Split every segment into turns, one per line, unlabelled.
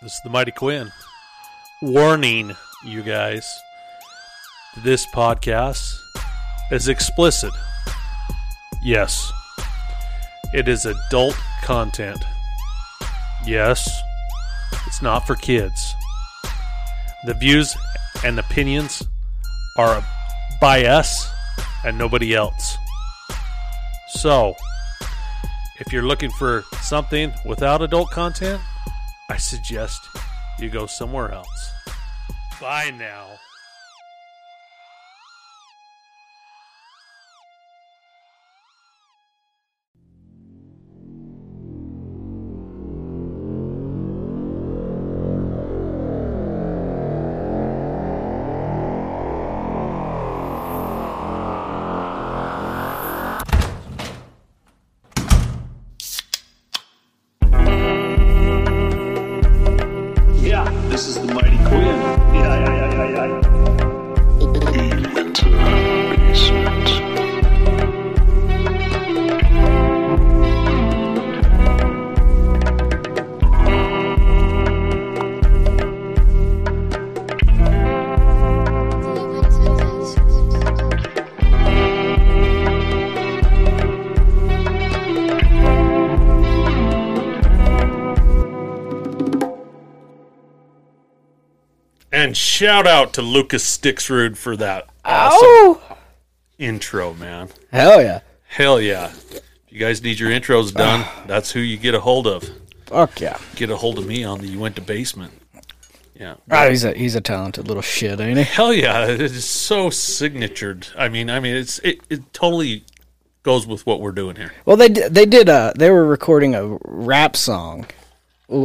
This is the Mighty Quinn. Warning, you guys. This podcast is explicit. Yes. It is adult content. Yes. It's not for kids. The views and opinions are by us and nobody else. So, if you're looking for something without adult content, I suggest you go somewhere else. Bye now.
Yeah, this is the Mighty Quinn. Yeah, yeah, yeah, yeah, yeah.
And shout out to Lucas Stixrud for that awesome intro, man.
Hell yeah.
Hell yeah. If you guys need your intros done, that's who you get a hold of.
Fuck yeah.
Get a hold of me on the You Went to Basement. Yeah.
Oh, he's a he's a talented little shit, ain't he?
Hell yeah. It is so signatured. I mean, I mean it's it, it totally goes with what we're doing here.
Well, they di- they did uh they were recording a rap song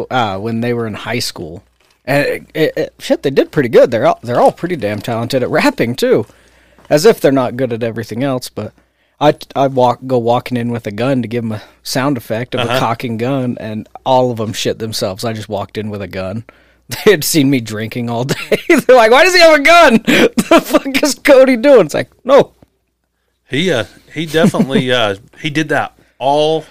uh when they were in high school. And it, it, it- shit, they did pretty good. They're all they're all pretty damn talented at rapping too. As if they're not good at everything else, but I I walk go walking in with a gun to give them a sound effect of a cocking gun and all of them shit themselves. I just walked in with a gun. They had seen me drinking all day. They're like, "Why does he have a gun? the fuck is Cody doing?" It's like, "No,
He uh he definitely uh he did that all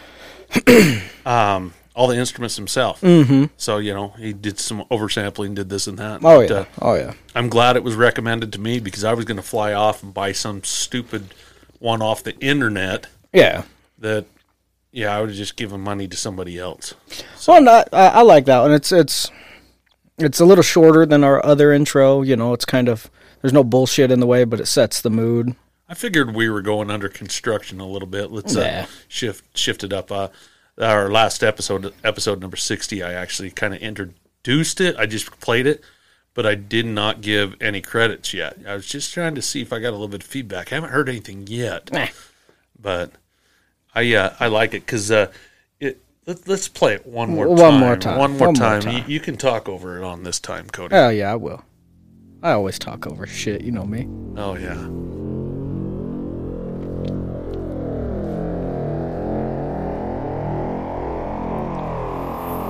um all the instruments himself. Mm-hmm. So you know he did some oversampling, did this and that.
Oh
But,
yeah.
uh,
oh yeah.
I'm glad it was recommended to me because I was going to fly off and buy some stupid one off the internet
Yeah.
that yeah I would have just given money to somebody else.
well, no, I, I like that one. It's it's it's a little shorter than our other intro. You know, it's kind of there's no bullshit in the way, but it sets the mood.
I figured we were going under construction a little bit. Let's
Yeah.
uh, shift shift it up. Uh, our last episode, episode number sixty, I actually kind of introduced it. I just played it, but I did not give any credits yet. I was just trying to see if I got a little bit of feedback. I haven't heard anything yet,
Nah.
but I uh, I like it because uh, it. Let, let's play it one more
One
time.
more time.
One more
One more
time.
time.
You, you can talk over it on this time, Cody.
Oh yeah, I will. I always talk over shit. You know me.
Oh yeah.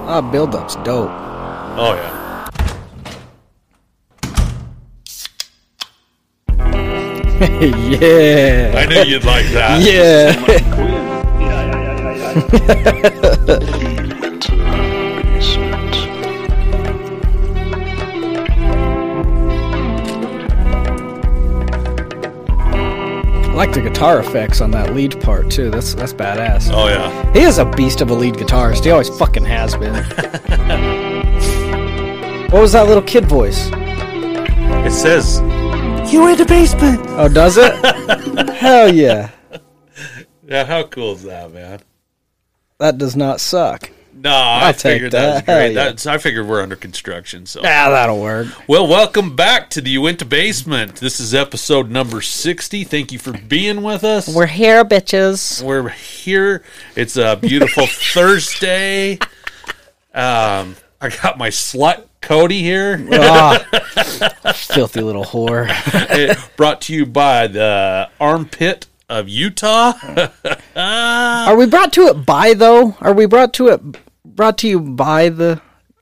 Ah, build up's dope.
Oh yeah.
yeah.
I knew you'd like that.
Yeah.
Mighty Quinn. Yeah, yeah, yeah, yeah, yeah.
I like the guitar effects on that lead part too. That's that's badass.
Oh yeah.
He is a beast of a lead guitarist. He always fucking has been. what was that little kid voice?
It says
Oh, does it? Hell yeah.
Yeah, how cool is that, man?
That does not suck.
No, I
I'll take
figured that, was
that. Hell
great.
yeah.
That's, I figured we're under construction. So,
Ah, that'll work.
well, welcome back to the You Went to Basement. This is episode number sixty. Thank you for being with us. We're here, bitches. We're here. It's a beautiful Thursday. Um, I got my slut Cody here.
Ah. filthy little whore.
It- brought to you by the armpit of Utah.
Are we brought to it by though? Are we brought to it brought to you by the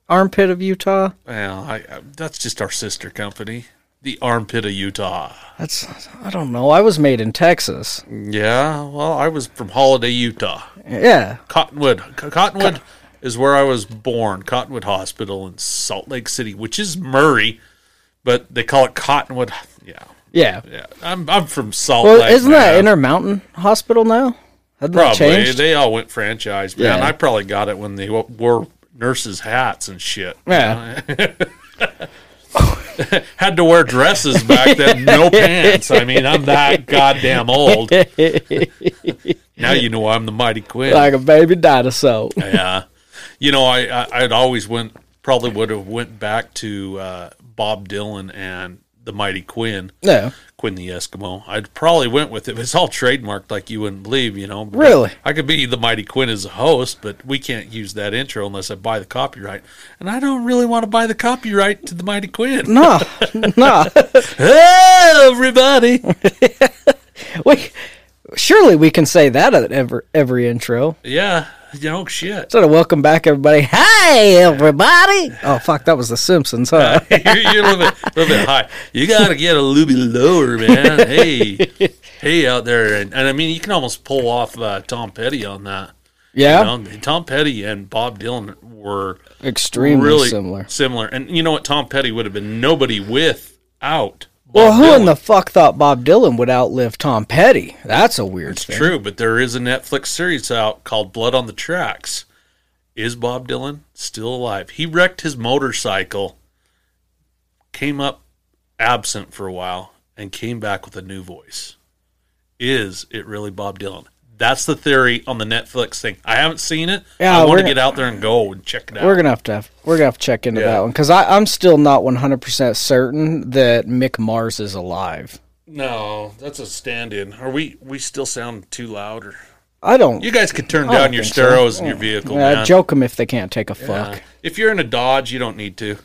armpit of Utah?
well, I, I, that's just our sister company, the armpit of Utah.
That's I don't know. I was made in Texas.
Yeah, well, I was from Holiday, Utah.
Yeah.
Cottonwood. C- Cottonwood is where I was born, Cottonwood Hospital in Salt Lake City, which is Murray, but they call it Cottonwood. Yeah,
Yeah.
yeah. I'm I'm from Salt
Well,
Lake.
isn't that
man.
Intermountain Hospital now? Hasn't that
Probably
changed?
they all went franchise, man.
Yeah.
I probably got it when they w- wore nurses' hats and shit.
Yeah.
Had to wear dresses back then, no pants. I mean, I'm that goddamn old. now you know I'm the mighty Quinn.
Like a baby dinosaur.
yeah, you know I, I I'd always went probably would have went back to uh, Bob Dylan and the Mighty Quinn.
No.
Quinn the Eskimo. I'd probably went with it. It's all trademarked, like you wouldn't believe, you know.
Really?
I could be the Mighty Quinn as a host, but we can't use that intro unless I buy the copyright, and I don't really want to buy the copyright to the Mighty Quinn.
No. No.
Hey, everybody!
we, surely we can say that at every, every intro.
yeah, you know, shit.
Instead of welcome back, everybody. Hey, everybody. Oh, fuck. That was The Simpsons, huh?
you're, you're a little bit, little bit high. You got to get a little bit lower, man. Hey, hey, out there, and, and I mean, you can almost pull off uh, Tom Petty on that.
Yeah.
You know, Tom Petty and Bob Dylan were
Extremely similar.
Similar. And you know what? Tom Petty would have been nobody without. Bob
Well, who
Dylan.
in the fuck thought Bob Dylan would outlive Tom Petty? That's a weird thing.
True, but there is a Netflix series out called Blood on the Tracks. Is Bob Dylan still alive? He wrecked his motorcycle, came up absent for a while, and came back with a new voice. Is it really Bob Dylan? That's the theory on the Netflix thing. I haven't seen it.
Yeah,
I want
we're
to
gonna-
get out there and go and check it out.
We're gonna have to have, we're gonna have to check into
Yeah.
that one because I'm still not 100 percent certain that Mick Mars is alive.
No, that's a stand-in. Are we? We still sound too loud? Or
I don't.
you guys could turn
I don't
down your
think so.
stereos in your vehicle,
uh,
man.
joke them if they can't take a fuck.
If you're in a Dodge, you don't need to.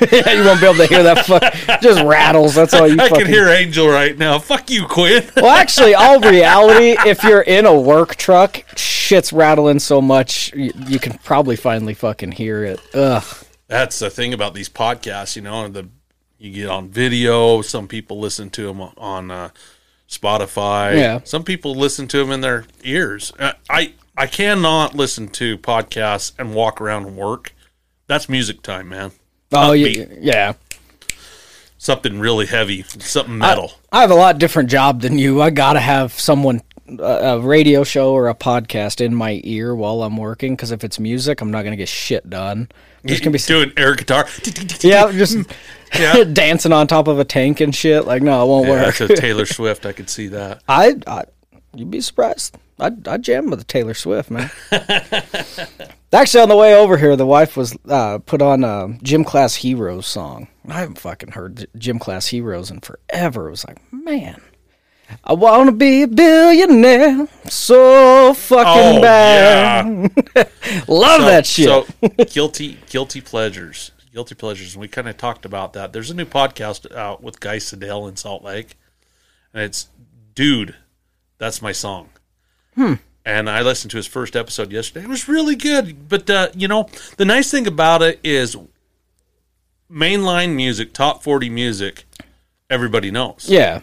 you won't be able to hear that fuck. Just rattles. That's all you.
I
fucking
can hear Angel right now. Fuck you, Quinn.
Well, actually, all reality, if you're in a work truck, shit's rattling so much you, you can probably finally fucking hear it. Ugh. Oh,
That's the thing about these podcasts, you know. The you get on video. Some people listen to them on uh, Spotify.
Yeah.
Some people listen to them in their ears. Uh, I I cannot listen to podcasts and walk around and work. That's music time, man.
Oh, you,
Upbeat.
yeah.
Something really heavy. Something metal.
I have a lot different job than you. I gotta have someone, a, a radio show or a podcast in my ear while I'm working. Because if it's music, I'm not gonna get shit done. There's gonna be s-
doing air guitar.
yeah, I'm just
Yeah.
dancing on top of a tank and shit. Like, no, it won't
That's
work.
a Taylor Swift. I could see that.
I, I, you'd be surprised. I, I jam with Taylor Swift, man. Actually, on the way over here, the wife was uh, put on a Gym Class Heroes song. I haven't fucking heard G- Gym Class Heroes in forever. It was like, man, I want to be a billionaire so fucking bad.
Oh, yeah.
Love
So-
that shit.
So guilty, guilty pleasures, guilty pleasures. We kind of talked about that. There's a new podcast out with Guy Sedale in Salt Lake, and it's dude, that's my song.
Hmm.
And I listened to his first episode yesterday. It was really good. But uh, you know, the nice thing about it is mainline music, top forty music, everybody knows.
yeah,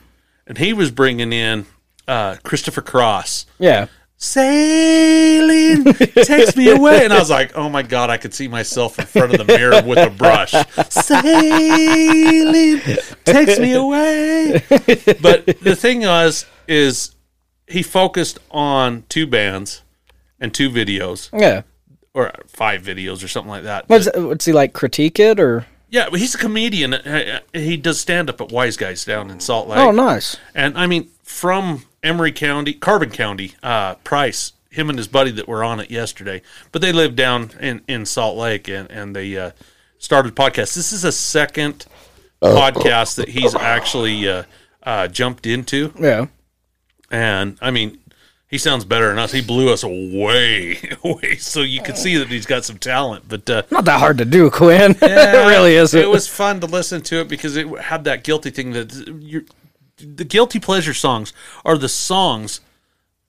And he was bringing in uh, Christopher Cross
yeah.
sailing takes me away. And I was like, oh my God, I could see myself in front of the mirror with a brush. Sailing takes me away. But the thing was, is he focused on two bands and two videos
Yeah.
or five videos or something like that.
What's, what's he like? Critique it or?
yeah, but he's a comedian. Uh, uh, He does stand up at Wise Guys down in Salt Lake.
Oh, nice.
And I mean, from Emery County, Carbon County, uh, Price, him and his buddy that were on it yesterday, but they live down in, in Salt Lake and, and they uh, started podcasts. This is a second podcast that he's actually uh, uh, jumped into.
Yeah.
And I mean, he sounds better than us. He blew us away, away. So you can see that he's got some talent. But uh,
Not that hard to do, Quinn. it really isn't.
it was fun to listen to it because it had that guilty thing that you the guilty pleasure songs are the songs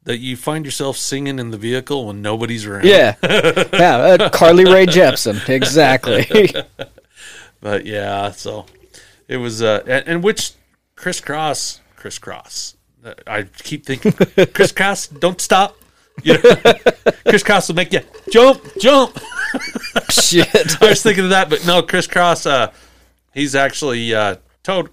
that you find yourself singing in the vehicle when nobody's around.
Yeah, yeah, uh, Carly Ray Jepsen, exactly.
But yeah, so it was uh and, and which crisscross crisscross. Uh, I keep thinking crisscross, don't stop. You know, crisscross will make you jump, jump.
Shit.
I was thinking of that, but no, Chris Cross. Uh, he's actually uh, Toto.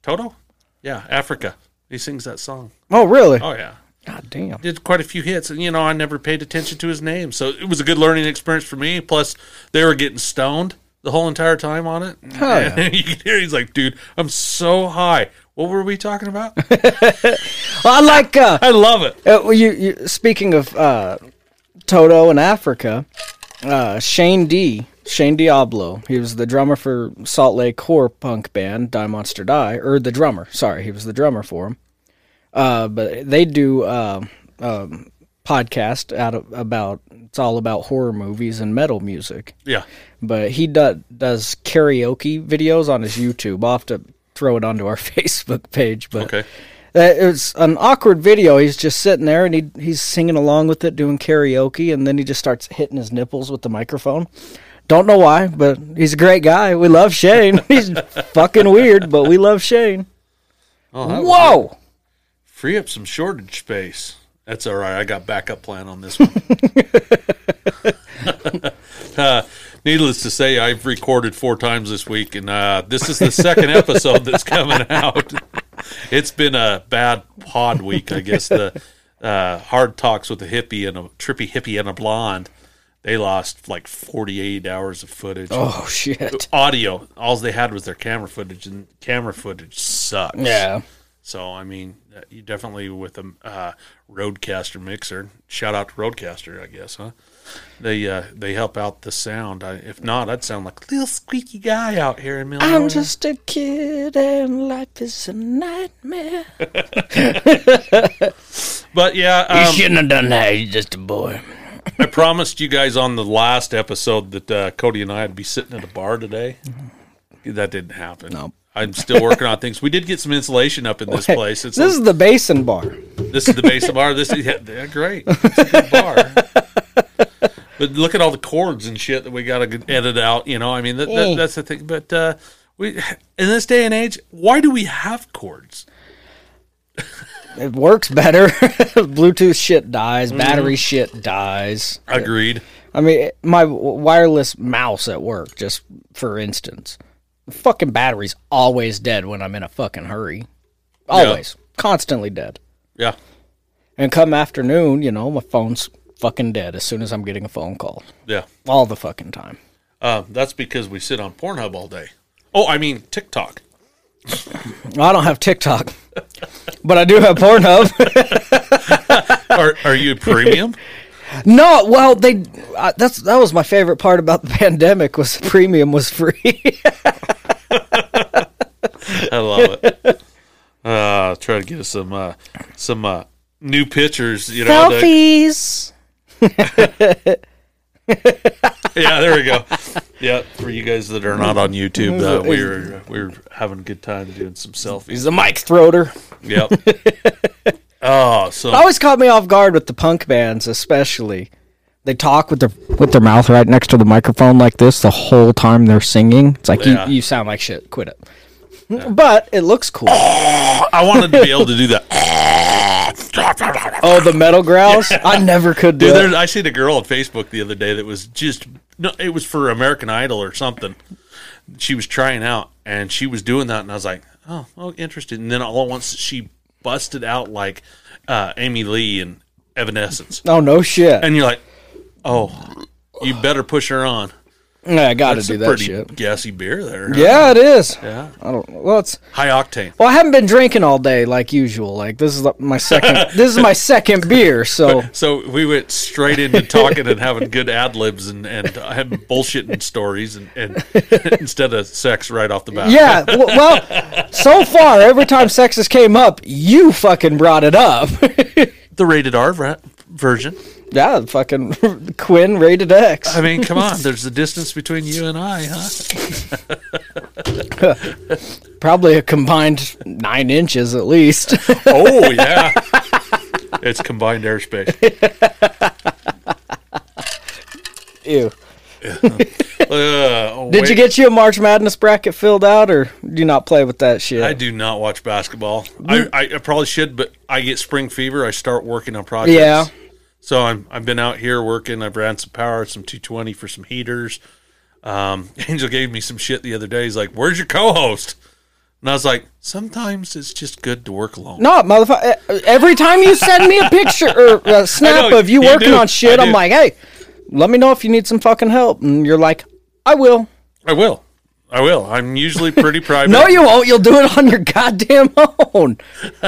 Toto, yeah, Africa. He sings that song.
Oh, really?
Oh yeah,
God damn.
did quite a few hits, and you know I never paid attention to his name, so it was a good learning experience for me. Plus, they were getting stoned the whole entire time on it.
Hell yeah.
And you can hear he's like, "Dude, I'm so high." What were we talking about?
Well, I like. Uh,
I love it.
Uh, well, you, you speaking of uh, Toto and Africa, uh, Shane D. Shane Diablo. He was the drummer for Salt Lake horror punk band Die Monster Die, or the drummer. Sorry, he was the drummer for him. Uh, but they do uh, um, podcast out of, about it's all about horror movies and metal music.
Yeah,
But he do, does karaoke videos on his YouTube. I'll have to throw it onto our Facebook page. But
Okay.
that it's an awkward video. He's just sitting there and he he's singing along with it, doing karaoke, and then he just starts hitting his nipples with the microphone. Don't know why, but he's a great guy. We love Shane. He's fucking weird, but we love Shane.
Oh,
Whoa!
free up some shortage space. That's all right. I got backup plan on this one. uh, needless to say, I've recorded four times this week, and uh, this is the second episode that's coming out. It's been a bad pod week, I guess. The uh, hard talks with a hippie and a trippy hippie and a blonde. They lost like 48 hours of footage.
Oh shit!
Audio. All they had was their camera footage, and camera footage sucks.
Yeah.
So I mean, uh, you definitely with a uh, Roadcaster mixer. Shout out to Roadcaster, I guess, huh? They uh, they help out the sound. I, if not, I'd sound like a little squeaky guy out here in Illinois.
I'm just a kid and life is a nightmare.
but yeah, um,
shouldn't have done that. You're just a boy.
I promised you guys on the last episode that uh, Cody and I'd be sitting at a bar today.
Mm-hmm.
That didn't happen.
No.
I'm still working on things. We did get some insulation up in this place. It's
this is the Basin Bar.
This is the base of bar. This is yeah, they're great. It's a good bar. but look at all the chords and shit that we got to edit out. You know, I mean, that, that,
Eh.
that's the thing. But uh, we in this day and age, why do we have chords?
It works better. Bluetooth shit dies.
Mm-hmm.
Battery shit dies.
Agreed.
I mean, it- my w- wireless mouse at work, just for instance, the fucking battery's always dead when I'm in a fucking hurry. Always, constantly dead.
Yeah.
And come afternoon, you know, my phone's fucking dead as soon as I'm getting a phone call,
Yeah.
all the fucking time.
Uh, that's because we sit on Pornhub all day. Oh, I mean TikTok.
I don't have TikTok, but I do have Pornhub.
Are are you premium?
No, well, they uh, that's that was my favorite part about the pandemic was the premium was free.
I love it. Uh, try to get us some uh, some uh, new pictures. You know, to-
Selfies.
yeah, there we go. Yeah, for you guys that are not on YouTube, uh, we were we were having a good time doing some selfies.
He's a mic throater.
Yep. Oh, so
Always caught me off guard with the punk bands, especially. They talk with their with their mouth right next to the microphone like this the whole time they're singing. It's like
Yeah.
you, you sound like shit. Quit it. But it looks cool. Oh,
I wanted to be able to do that.
Oh, the metal growls! I never could do
Dude,
it.
there, I seen a girl on Facebook the other day that was just no, it was for American Idol or something. She was trying out and she was doing that, and I was like, oh, oh, interesting. And then all at once she busted out like uh, Amy Lee and Evanescence,
Oh no shit!
and you're like, oh, you better push her on.
yeah, I got to
It's
do
a
that
pretty
shit.
gassy beer there. huh?
Yeah, it is.
Yeah.
I don't. Well, it's
High octane.
Well, I haven't been drinking all day like usual. Like this is like, my second. this is my second beer. So
So we went straight into talking and having good ad libs and and having bullshitting stories and, and instead of sex right off the bat.
yeah. w- Well, so far every time sexes came up, you fucking brought it up.
The rated R ver- version.
yeah, fucking Quinn rated X.
I mean, come on. There's a distance between you and I, huh?
Probably a combined nine inches at least.
Oh yeah. It's combined airspace.
Ew.
Uh, oh,
Did
wait.
you get you a March Madness bracket filled out, or do you not play with that shit?
I do not watch basketball. I, I, I probably should, but I get spring fever. I start working on projects.
Yeah.
So I'm I've been out here working. I've ran some power, some 220 for some heaters. Um, Angel gave me some shit the other day. He's like, "Where's your co-host?" And I was like, "Sometimes it's just good to work alone."
No, motherfucker. Every time you send me a picture or a snap
know,
of you,
you
working
do.
on shit,
I
I'm
do.
like, hey, let me know if you need some fucking help. And you're like, I will.
I will. I will. I'm usually pretty private.
No, you won't. You'll do it on your goddamn own.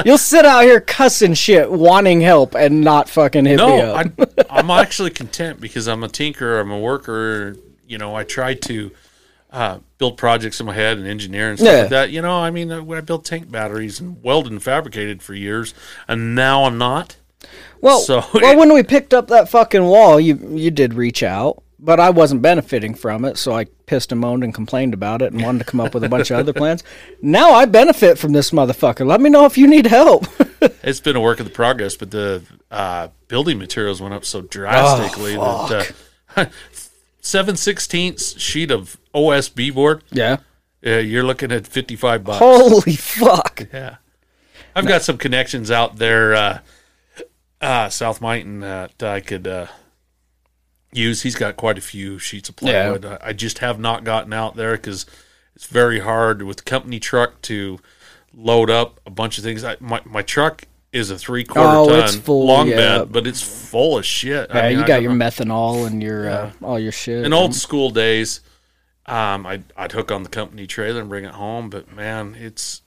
You'll sit out here cussing shit, wanting help, and not fucking hit me
No,
up.
I'm, I'm actually content because I'm a tinkerer. I'm a worker. You know, I try to uh, build projects in my head and engineer and stuff
Yeah.
like that. You know, I mean, uh, I, I built tank batteries and welded and fabricated for years, and now I'm not.
well,
so-
well, when we picked up that fucking wall, you you did reach out, but I wasn't benefiting from it, so I pissed and moaned and complained about it and wanted to come up with a bunch of other plans. Now I benefit from this motherfucker. Let me know if you need help.
It's been a work of the progress, but the uh, building materials went up so drastically that uh, seven sixteenths sheet of OSB board,
yeah.
uh, you're looking at fifty five bucks.
Holy fuck.
Yeah. I've got some connections out there, uh, uh, South Mighton, that I could uh, use. He's got quite a few sheets of
Yeah.
plywood. I, I just have not gotten out there because it's very hard with company truck to load up a bunch of things. I, my, my truck is a three quarter
Oh,
ton
it's full,
long
yeah.
bed, but it's full of shit. I
Yeah,
mean,
you
I
got
don't
your
know.
methanol and your uh, all your shit.
in old school days. Um, I'd, I'd hook on the company trailer and bring it home, but man, it's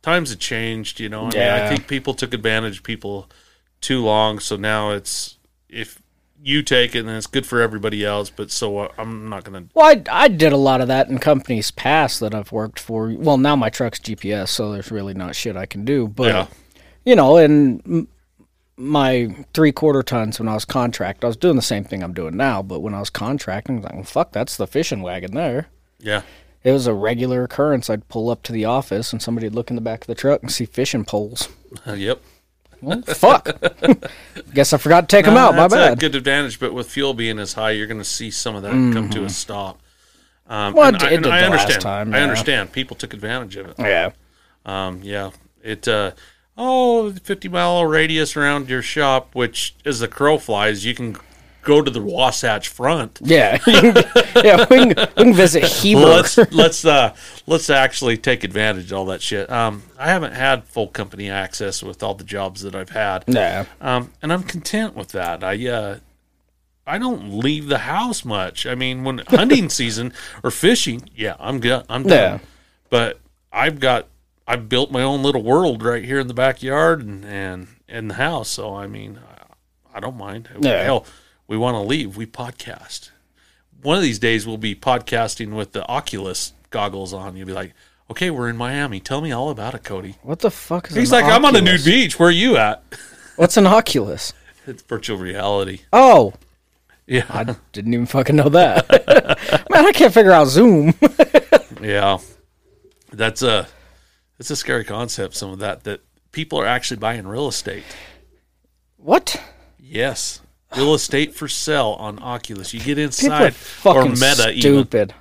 times have changed, you know. I mean, I
Yeah.
think people took advantage of people too long, so now it's if you take it, then it's good for everybody else. But so uh, I'm not gonna.
Well, I, I did a lot of that in companies past that I've worked for. Well, now my truck's GPS, so there's really not shit I can do. But
Yeah.
you know, in m- my three quarter tons when I was contract, I was doing the same thing I'm doing now. But when I was contracting, I was like, well, fuck, that's the fishing wagon there.
Yeah,
It was a regular occurrence. I'd pull up to the office and somebody'd look in the back of the truck and see fishing poles.
yep.
Well, fuck. Guess I forgot to take them out. My
That's a
bad.
good advantage, but with fuel being as high, you're gonna see some of that come to a stop. Um,
Well,
and
Mm-hmm. it- it
I, and
did
I
the last
understand.
time,
I
yeah.
understand. People took advantage of it.
yeah.
Um, yeah, it uh, oh, 50 mile radius around your shop, which as the crow flies, you can go to the Wasatch Front.
Yeah. yeah. We can, we can visit Heber.
Let's let's uh, let's actually take advantage of all that shit. Um, I haven't had full company access with all the jobs that I've had,
Nah.
um, and I'm content with that. I uh, I don't leave the house much. I mean, when hunting season or fishing, yeah, I'm good. I'm done.
Yeah.
But I've got I've built my own little world right here in the backyard and and in the house. So I mean, I, I don't mind.
Yeah.
Hell, we want to leave. We podcast. One of these days, we'll be podcasting with the Oculus goggles on. You'll be like, okay, we're in Miami. Tell me all about it, Cody.
What the fuck is
He's
an
like, I'm on a
Oculus?
nude beach. Where are you at?
What's an Oculus?
It's virtual reality.
Oh,
Yeah.
I didn't even fucking know that. Man, I can't figure out Zoom.
Yeah, that's a that's a scary concept. Some of that that people are actually buying real estate.
what?
Yes, real estate for sale on Oculus. You get
People are
inside or
fucking
Meta even.
stupid.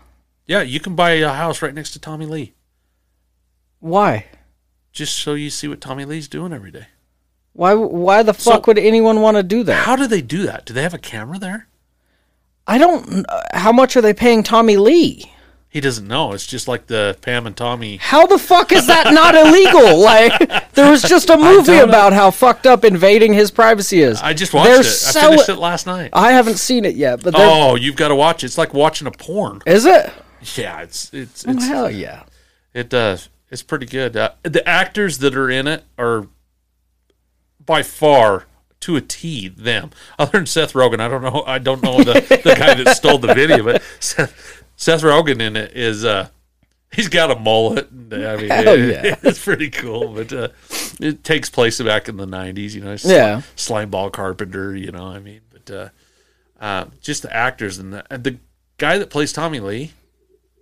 Yeah, you can buy a house right next to Tommy Lee
Why?
just so you see what Tommy Lee's doing every day.
Why? Why the fuck would anyone want to do that?
How do they do that? Do they have a camera there?
I don't. kn- uh, How much are they paying Tommy Lee?
He doesn't know. It's just like the Pam and Tommy.
How the fuck is that not illegal? Like, there was just a movie about how fucked up invading his privacy is.
I just watched
They're
it. I
sell-
finished it last night.
I haven't seen it yet, but there
Oh, you've got to watch it. It's like watching a porn.
is it?
Yeah, it's it's
Oh,
it's
hell yeah.
It does. It's pretty good. Uh, the actors that are in it are by far to a T them. Other than Seth Rogen, I don't know. I don't know the, the guy that stole the video, but Seth, Seth Rogen in it is. Uh, he's got a mullet. and, uh, I mean,
Hell
it-
yeah.
it's pretty cool. But uh, it takes place back in the '90s. You know, sli-
Yeah.
slime ball carpenter. You know, I mean, but uh, uh, just the actors and the, and the guy that plays Tommy Lee.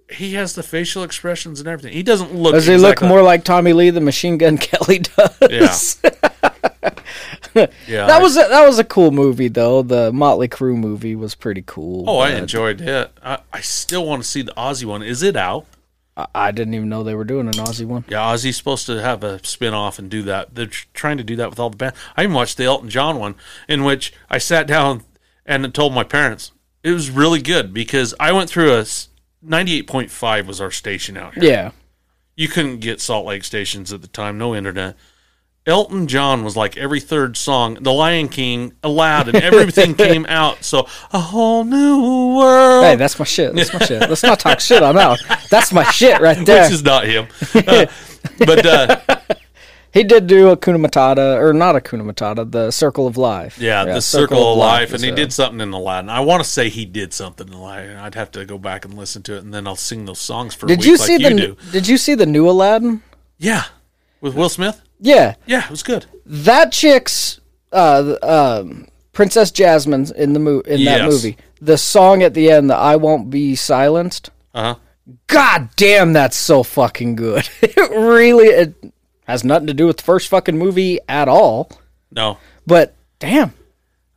He has the facial expressions and everything. He doesn't look.
Does he
exactly-
look more like Tommy Lee than Machine Gun Kelly does? Yeah.
Yeah,
that
I-
was a, that was a cool movie though. The Motley Crue movie was pretty cool.
Oh, I
but-
enjoyed it. I, I still want to see the Aussie one. Is it out?
I, I didn't even know they were doing an Aussie one.
Yeah, Ozzy's supposed to have a spin off and do that. They're tr- trying to do that with all the band. I even watched the Elton John one, in which I sat down and told my parents it was really good because I went through a s- 98.5 was our station out here.
Yeah.
You couldn't get Salt Lake stations at the time, no internet. Elton John was like every third song, The Lion King, Aloud, and everything came out. So a whole new world.
Hey, that's my shit. That's my shit. Let's not talk shit. I'm out. That's my shit right there.
which is not him. Uh, but uh,
he did do Akuna Matata, or not Akuna Matata, the Circle of Life.
Yeah, the circle, of life, and
is
he
a-
did something in Aladdin. I want to say he did something in Aladdin. I'd have to go back and listen to it, and then I'll sing those songs for a
Did
week
you
like
see
you
the?
do.
Did you see the new Aladdin?
Yeah, with Will Smith.
Yeah,
Yeah, it was good.
that chick's uh, th- um, Princess Jasmine's in the mo- in that
Yes.
movie. The song at the end, the "I Won't Be Silenced."
Uh huh.
God damn, that's so fucking good. it really it has nothing to do with the first fucking movie at all.
No,
But damn,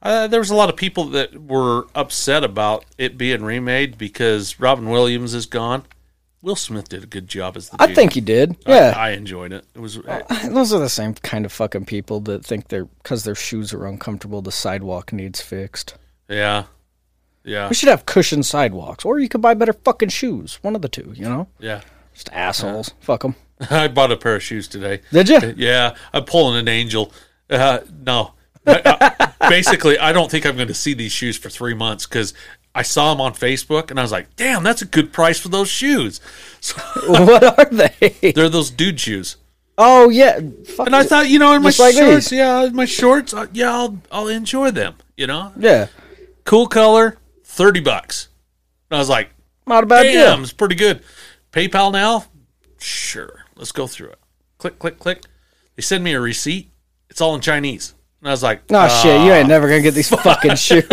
uh, there was a lot of people that were upset about it being remade because Robin Williams is gone. Will Smith did a good job as the.
I
Genie.
think he did.
I-
Yeah, Oh.
I, enjoyed it. It was.
Those are the same kind of fucking people that think they're because their shoes are uncomfortable, the sidewalk needs fixed.
yeah, yeah,
We should have cushioned sidewalks, or you could buy better fucking shoes. One of the two, you know?
yeah.
Just assholes. Fuck 'em.
I bought a pair of shoes today. Uh,
Did you?
Yeah, I'm pulling an angel. Uh, no, I- I- basically, I don't think I'm going to see these shoes for three months because I saw them on Facebook and I was like, "Damn, that's a good price for those shoes." So
what are they?
they're those dude shoes,
Oh, yeah. Fuck
and I
it.
thought, you know, in my
Just like
shorts,
these.
yeah, in my shorts, I, yeah, I'll I'll enjoy them. You know,
yeah.
cool color, thirty bucks. And I was like,
Not a bad
"Damn,
deal.
it's pretty good." PayPal now, sure. Let's go through it. Click, click, click. They send me a receipt. It's all in Chinese, and I was like, "Uh,
No shit, you ain't never gonna get these fucking shoes.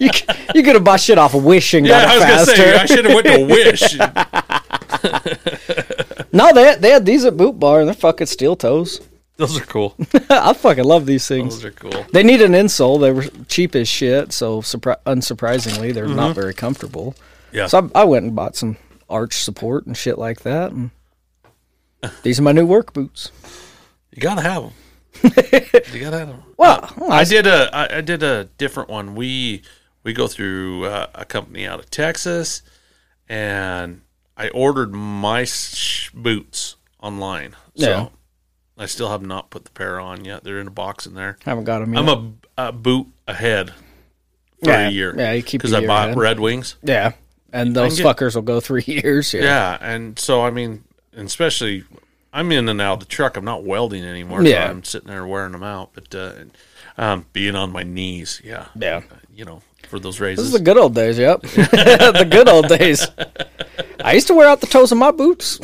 you, c- you could have bought shit off of Wish and
Yeah,
got
I
it
was
faster.
gonna say I should have went to Wish.
no, they had, they had these at Boot Bar and they're fucking steel toes.
Those are cool.
I fucking love these things.
Those are cool.
They need an insole. They were cheap as shit, so surpri- unsurprisingly, they're not very comfortable.
Mm-hmm. Yeah.
So I, I went and bought some arch support and shit like that. And these are my new work boots.
You gotta have them. you gotta have them.
Well,
I
I,
did a I, I did a different one. We we go through uh, a company out of Texas, and I ordered my sh- boots online. So
Yeah.
I still have not put the pair on yet. They're in a box in there.
haven't got them yet.
I'm a, a boot ahead for
Yeah.
a year.
Yeah, you keep a
because I
year
bought
ahead.
Red Wings.
yeah, and those
get-
fuckers will go three years. Yeah.
Yeah, and so I mean, and especially I'm in and out of the truck. I'm not welding anymore.
Yeah.
so I'm sitting there wearing them out, but uh, um, being on my knees, yeah,
Yeah.
you know, for those
This
raises.
is the good old days. Yep, the good old days. I used to wear out the toes of my boots.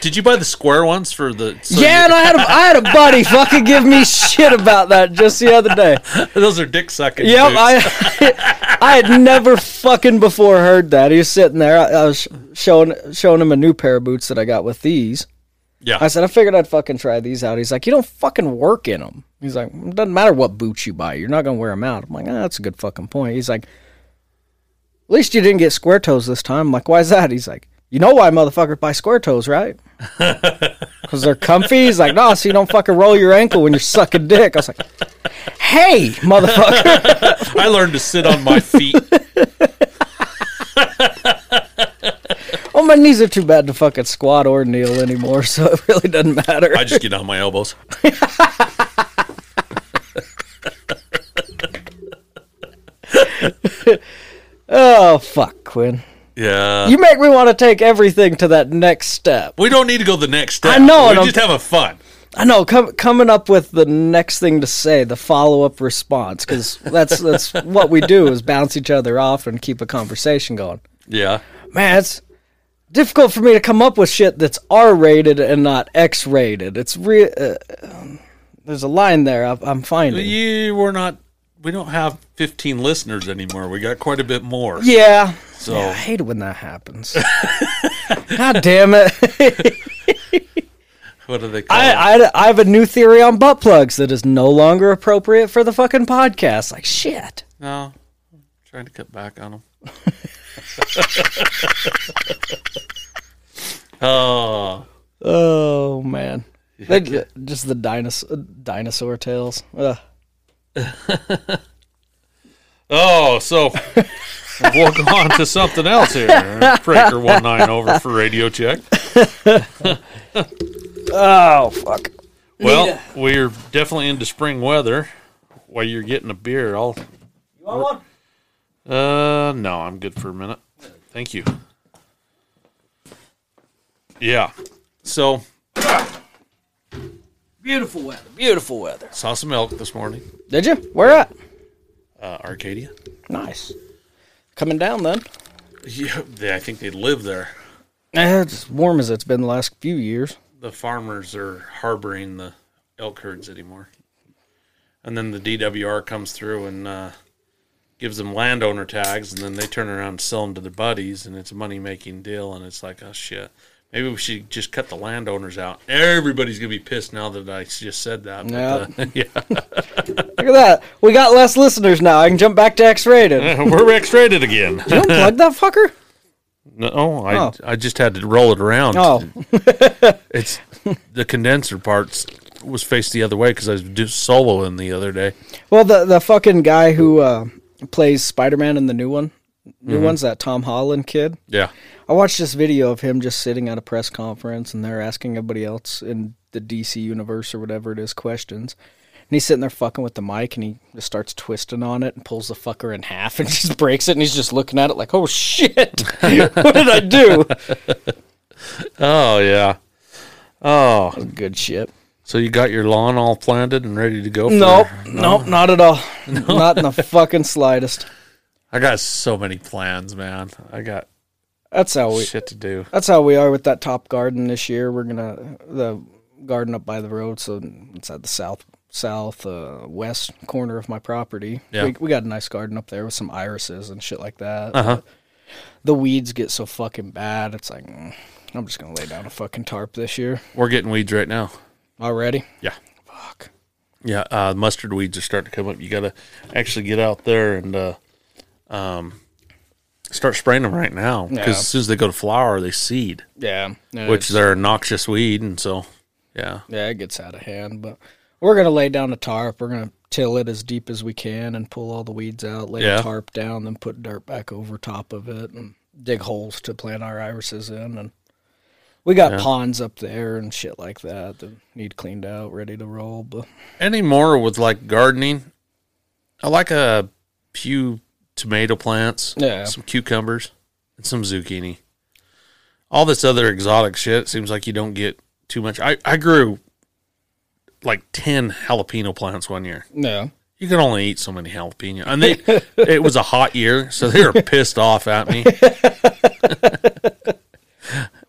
Did you buy the square ones for the? so
yeah, and I had a, I had a buddy fucking give me shit about that just the other day.
you- those are dick sucking.
Yep,
boots.
I I had never fucking before heard that. He was sitting there. I, I was showing showing him a new pair of boots that I got with these.
yeah,
I said I figured I'd fucking try these out. He's like, you don't fucking work in them. He's like, it doesn't matter what boots you buy, you're not gonna wear them out. I'm like, ah, that's a good fucking point. He's like, at least you didn't get square toes this time. I'm like, why is that? He's like, you know why motherfuckers buy square toes, right? Because they're comfy. He's like, no, so you don't fucking roll your ankle when you're sucking dick. I was like, hey, motherfucker.
I learned to sit on my feet.
Well, Oh, my knees are too bad to fucking squat or kneel anymore, so it really doesn't matter.
I just get on my elbows.
Oh, fuck, Quinn.
Yeah,
You make me want to take everything to that next step.
we don't need to go the next step.
I know,
We're
and I'm-
just having fun.
I know, com- coming up with the next thing to say, the follow up response, because that's, that's what we do is bounce each other off and keep a conversation going.
Yeah,
Man, it's difficult for me to come up with shit that's R rated and not X rated. It's real. Uh, um, there's a line there I- I'm finding.
you we're not. We don't have 15 listeners anymore. We got quite a bit more.
Yeah.
So-
Yeah, I hate it when that happens. God damn it.
What do they call? it?
I, I, I have a new theory on butt plugs that is no longer appropriate for the fucking podcast. Like, shit.
No, I'm trying to cut back on them. Oh,
Oh man, they, just the dinosaur dinosaur tails. Ugh.
oh. So we'll go on to something else here. Breaker one nine over for radio check.
Oh fuck.
Well, we're definitely into spring weather. While you're getting a beer, I'll.
You want one?
Uh, no, I'm good for a minute. Thank you. Yeah. So
Beautiful weather. Beautiful weather.
saw some elk this morning.
Did you? Where at?
Uh, Arcadia.
Nice. Coming down then.
Yeah, they, I think they live there.
Eh, it's as warm as it's been the last few years.
the farmers are harboring the elk herds anymore. And then the DWR comes through and uh, gives them landowner tags, and then they turn around and sell them to their buddies, and it's a money making deal. And it's like, oh shit, maybe we should just cut the landowners out. Everybody's gonna be pissed now that I just said that. but, uh, yeah,
Look at that. We got less listeners now. I can jump back to X rated.
we're X-rated again.
Don't plug that fucker.
No, I
Oh.
I just had to roll it around.
Oh,
It's the condenser parts was faced the other way because I was do solo in the other day.
well the the fucking guy who uh, plays Spider Man in the new one, new one's that Tom Holland kid.
Yeah.
I watched this video of him just sitting at a press conference and they're asking everybody else in the DC universe or whatever it is questions. And he's sitting there fucking with the mic and he just starts twisting on it and pulls the fucker in half and just breaks it and he's just looking at it like, oh shit, what did I do?
Oh yeah. Oh,
Good shit.
so you got your lawn all planted and ready to go? For,
Nope, nope, not at all. Not in the fucking slightest.
I got so many plans, man. I got
That's how we.
shit to do.
That's how we are with that top garden this year. We're gonna the garden up by the road, so it's at the south south uh, west corner of my property.
Yeah.
We, we got a nice garden up there with some irises and shit like that.
Uh-huh.
The weeds get so fucking bad. It's like mm, I'm just gonna lay down a fucking tarp this year
We're getting weeds right now.
already.
Yeah,
Fuck.
yeah. Uh, mustard weeds are starting to come up. You gotta actually get out there and uh, um, start spraying them right now because
Yeah.
as soon as they go to flower, they seed,
Yeah. it
which
is.
they're a noxious weed, and so yeah,
yeah, it gets out of hand, but we're gonna lay down a tarp. We're gonna till it as deep as we can and pull all the weeds out, lay
Yeah.
the tarp down, then put dirt back over top of it and dig holes to plant our irises in and we got ponds up there and shit like that that need cleaned out, ready to roll. But
anymore with like gardening. I like a few tomato plants,
Yeah.
some cucumbers, and some zucchini. All this other exotic shit seems like you don't get too much. I, I grew like 10 jalapeno plants one year.
no.
You can only eat so many jalapeno. And they it was a hot year, so they were pissed off at me.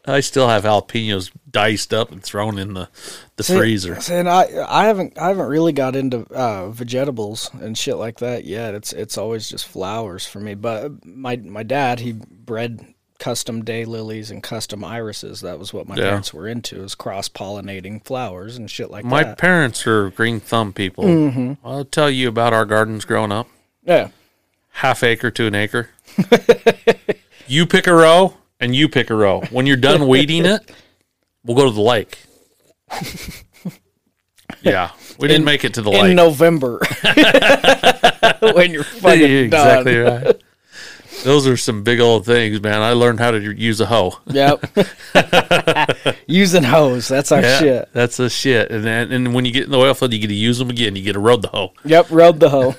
I still have jalapenos diced up and thrown in the, the freezer.
And I I haven't I haven't really got into uh, vegetables and shit like that yet. It's it's always just flowers for me. But uh, my my dad he bred custom daylilies and custom irises. That was what my
Yeah.
parents were into is cross pollinating flowers and shit like
My
that.
parents are green thumb people.
Mm-hmm.
I'll tell you about our gardens growing up.
yeah.
Half acre to an acre. you pick a row and you pick a row. When you're done weeding it, we'll go to the lake. yeah. We didn't make it to the
In
lake.
November, when you're fucking
exactly
done.
right. Those are some big old things, man. I learned how to use a hoe.
Yep. Using hose. That's our
Yeah,
shit.
That's the shit. And then, and when you get in the oil field, you get to use them again. You get to road the hoe.
Yep, rode the hoe.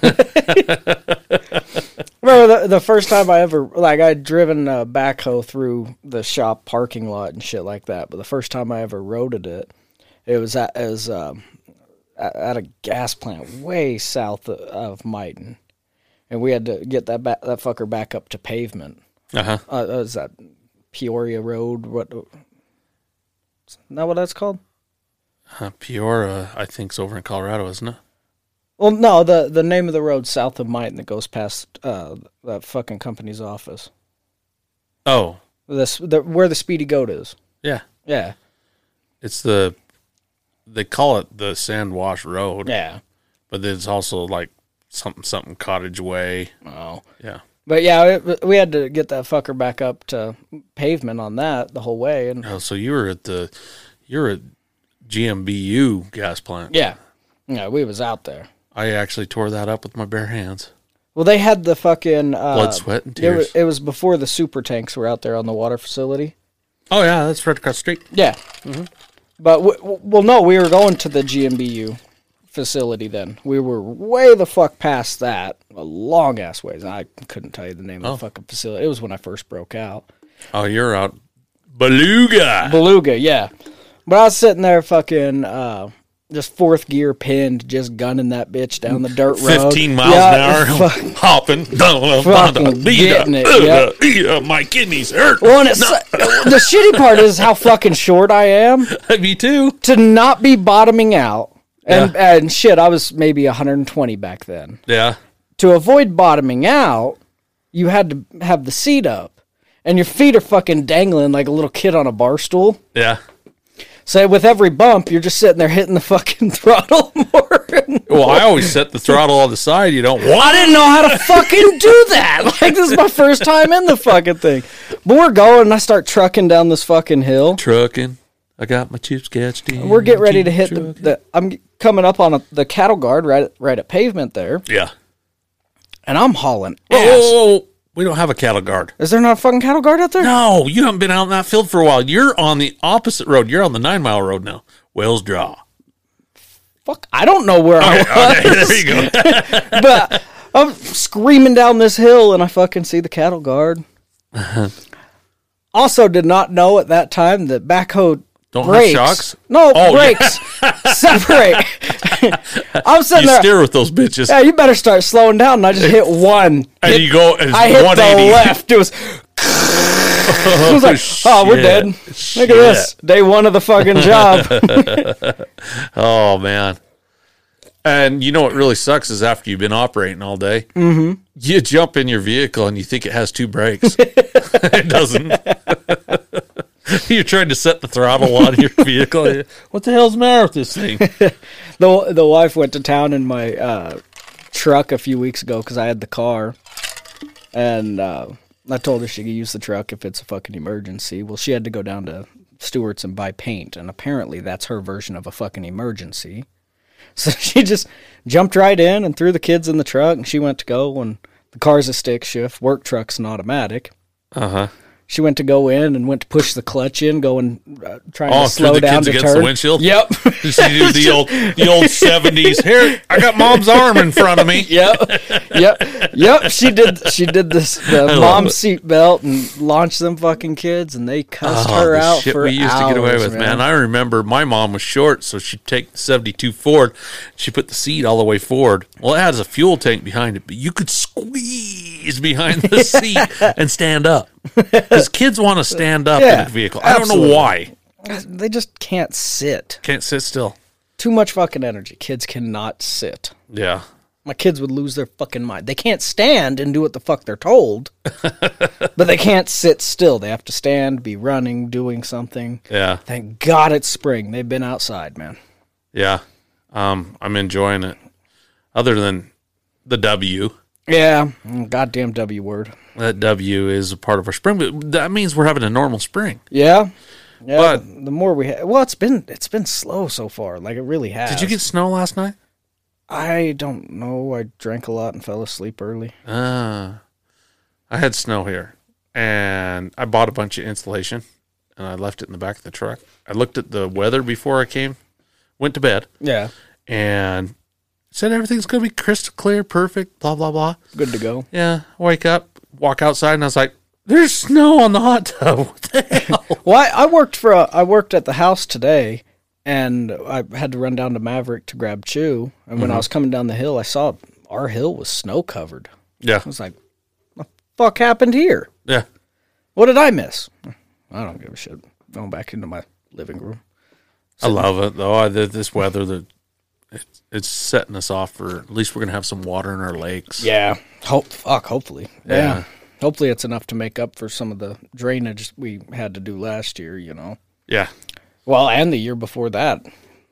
Remember the, the first time I ever like I'd driven a backhoe through the shop parking lot and shit like that. But the first time I ever rode it, it was at it was, um, a- at a gas plant way south of, of Mighton, and we had to get that ba- that fucker back up to pavement.
Uh huh.
Uh, that was that Peoria Road? What? Is that what that's called?
Uh, Peoria, I think's over in Colorado, isn't it?
Well, no, the the name of the road south of Mighton that goes past uh, that fucking company's office.
Oh,
This the where the Speedy Goat is.
yeah.
Yeah,
It's the they call it the Sand Wash Road,
yeah.
but then it's also like something something Cottage Way.
Oh,
Yeah,
But yeah, it, we had to get that fucker back up to pavement on that the whole way, and
Oh, so you were at the you're at GMBU gas plant.
yeah, yeah, we was out there.
I actually tore that up with my bare hands.
Well, they had the fucking uh,
Blood, sweat, and
it wa-
tears.
It was before the super tanks were out there on the water facility.
Oh yeah, that's right across the street.
Yeah. Mm-hmm. But w- w- well, no, we were going to the GMBU facility then. We were way the fuck past that, a long ass ways. And I couldn't tell you the name of the fucking facility. It was when I first broke out.
Oh, you're out beluga.
Beluga, yeah. But I was sitting there fucking uh, just fourth gear pinned, just gunning that bitch down the dirt road.
Fifteen miles
Yeah,
an hour, hopping.
fucking getting it, yep.
yeah. My kidneys hurt.
Well, and it's, the shitty part is how fucking short I am.
Me too.
To not be bottoming out, and, and shit, I was maybe 120 back then.
Yeah.
to avoid bottoming out, you had to have the seat up, and your feet are fucking dangling like a little kid on a bar stool.
Yeah.
So with every bump, you're just sitting there hitting the fucking throttle more. and-
Well, I always set the throttle on the side. You don't
I
want it.
didn't know how to fucking do that. Like this is my first time in the fucking thing. But we're going, and I start trucking down this fucking hill.
Trucking. I got my chips sketched in.
We're getting ready to hit the. the I'm coming up on a, the cattle guard right right at pavement there,
Yeah.
and I'm hauling
Whoa,
ass.
whoa, whoa, whoa. We don't have a cattle guard.
Is there not a fucking cattle guard out there?
Oh. No, you haven't been out in that field for a while. You're on the opposite road. You're on the nine mile road now. Wells Draw.
Fuck, I don't know where I was.
there you go.
but I'm screaming down this hill and I fucking see the cattle guard.
Uh-huh.
also, did not know at that time that backhoe
Don't have
brakes.
shocks?
No
Oh,
brakes separate. I'm sitting
You
there.
steer with those bitches,
yeah, you better start slowing down. And I just hit one.
and
Hit-
you go. It's
I hit the
180.
left. It was. I was like, oh, we're
shit.
dead. Look at this. Day one of the fucking job.
Oh man. And you know what really sucks is after you've been operating all day, mm-hmm. you jump in your vehicle and you think it has two brakes. it doesn't. You're trying to set the throttle on your vehicle. What the hell's the matter with this thing?
the the wife went to town in my uh, truck a few weeks ago because I had the car, and uh, I told her she could use the truck if it's a fucking emergency. Well, she had to go down to Stewart's and buy paint, and apparently that's her version of a fucking emergency. So she just jumped right in and threw the kids in the truck, and she went to go. And the car's a stick shift, work truck's an automatic.
Uh huh.
She went to go in and went to push the clutch in, going uh, trying
Oh,
to
threw
slow
the kids
down to
against
turn.
the windshield.
Yep.
You do the old the old seventies. Here, I got mom's arm in front of me.
yep, yep, yep. She did. She did this the
love
mom
it.
seatbelt and launched them fucking kids, and they cussed her
Oh, the
out
shit
for
we used to get away
hours,
with, man. I remember my mom was short, so she'd take the 72 Ford, she put the seat all the way forward. Well, it has a fuel tank behind it, but you could squeeze behind the seat and stand up. Because kids want to stand up
Yeah,
in a vehicle. I don't know
absolutely.
why.
they just can't sit.
Can't sit still.
Too much fucking energy. Kids cannot sit.
Yeah.
My kids would lose their fucking mind. They can't stand and do what the fuck they're told, but they can't sit still. They have to stand, be running, doing something.
Yeah.
Thank God it's spring. They've been outside, man.
Yeah. Um, I'm enjoying it. Other than the W.
Yeah. Mm, Goddamn W word.
That W is a part of our spring, but that means we're having a normal spring.
Yeah. Yeah,
But-
the- the more we ha- well, it's been it's been slow so far. Like it really has.
Did you get snow last night?
I don't know. I drank a lot and fell asleep early.
Ah, I had snow here, and I bought a bunch of insulation, and I left it in the back of the truck. I looked at the weather before I came, went to bed,
Yeah,
and it said everything's gonna be crystal clear, perfect, blah blah blah.
good to go.
Yeah, wake up, walk outside, and I was like, "There's snow on the hot tub." What the hell?
Well, I, I worked for a, I worked at the house today, and I had to run down to Maverick to grab Chew. And
Mm-hmm.
when I was coming down the hill, I saw our hill was snow covered. I
yeah,
was like, "The fuck happened here?
yeah.
What did I miss?" I don't give a shit. Going back into my living room.
I love it though. I, th- this weather that. it's- It's setting us off for at least we're gonna have some water in our lakes.
Yeah. Hope fuck, hopefully. Yeah.
Yeah.
Hopefully it's enough to make up for some of the drainage we had to do last year, you know.
yeah,
Well, and the year before that,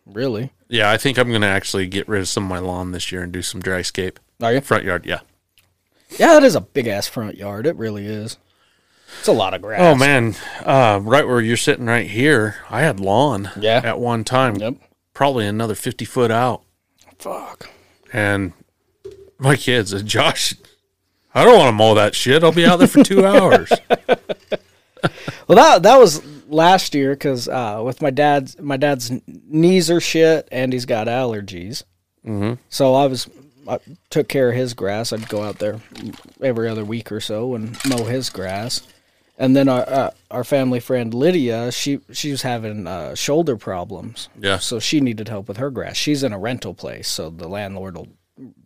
really.
Yeah, I think I'm going to actually get rid of some of my lawn this year and do some dry scape.
Are you?
Front yard, yeah.
Yeah, that is a big ass front yard. It really is. It's a lot of grass.
Oh man, uh, right where you're sitting right here, I had lawn.
Yeah.
At one time,
Yep.
probably another fifty foot out,
Fuck.
and my kids, and Josh, I don't want to mow that shit. I'll be out there for two hours.
Well, that that was last year because uh, with my dad's my dad's n- knees are shit and he's got allergies. Mm-hmm. So I was I took care of his grass. I'd go out there every other week or so and mow his grass. And then our uh, our family friend Lydia, she she was having uh, shoulder problems.
Yeah.
So she needed help with her grass. She's in a rental place, so the landlord will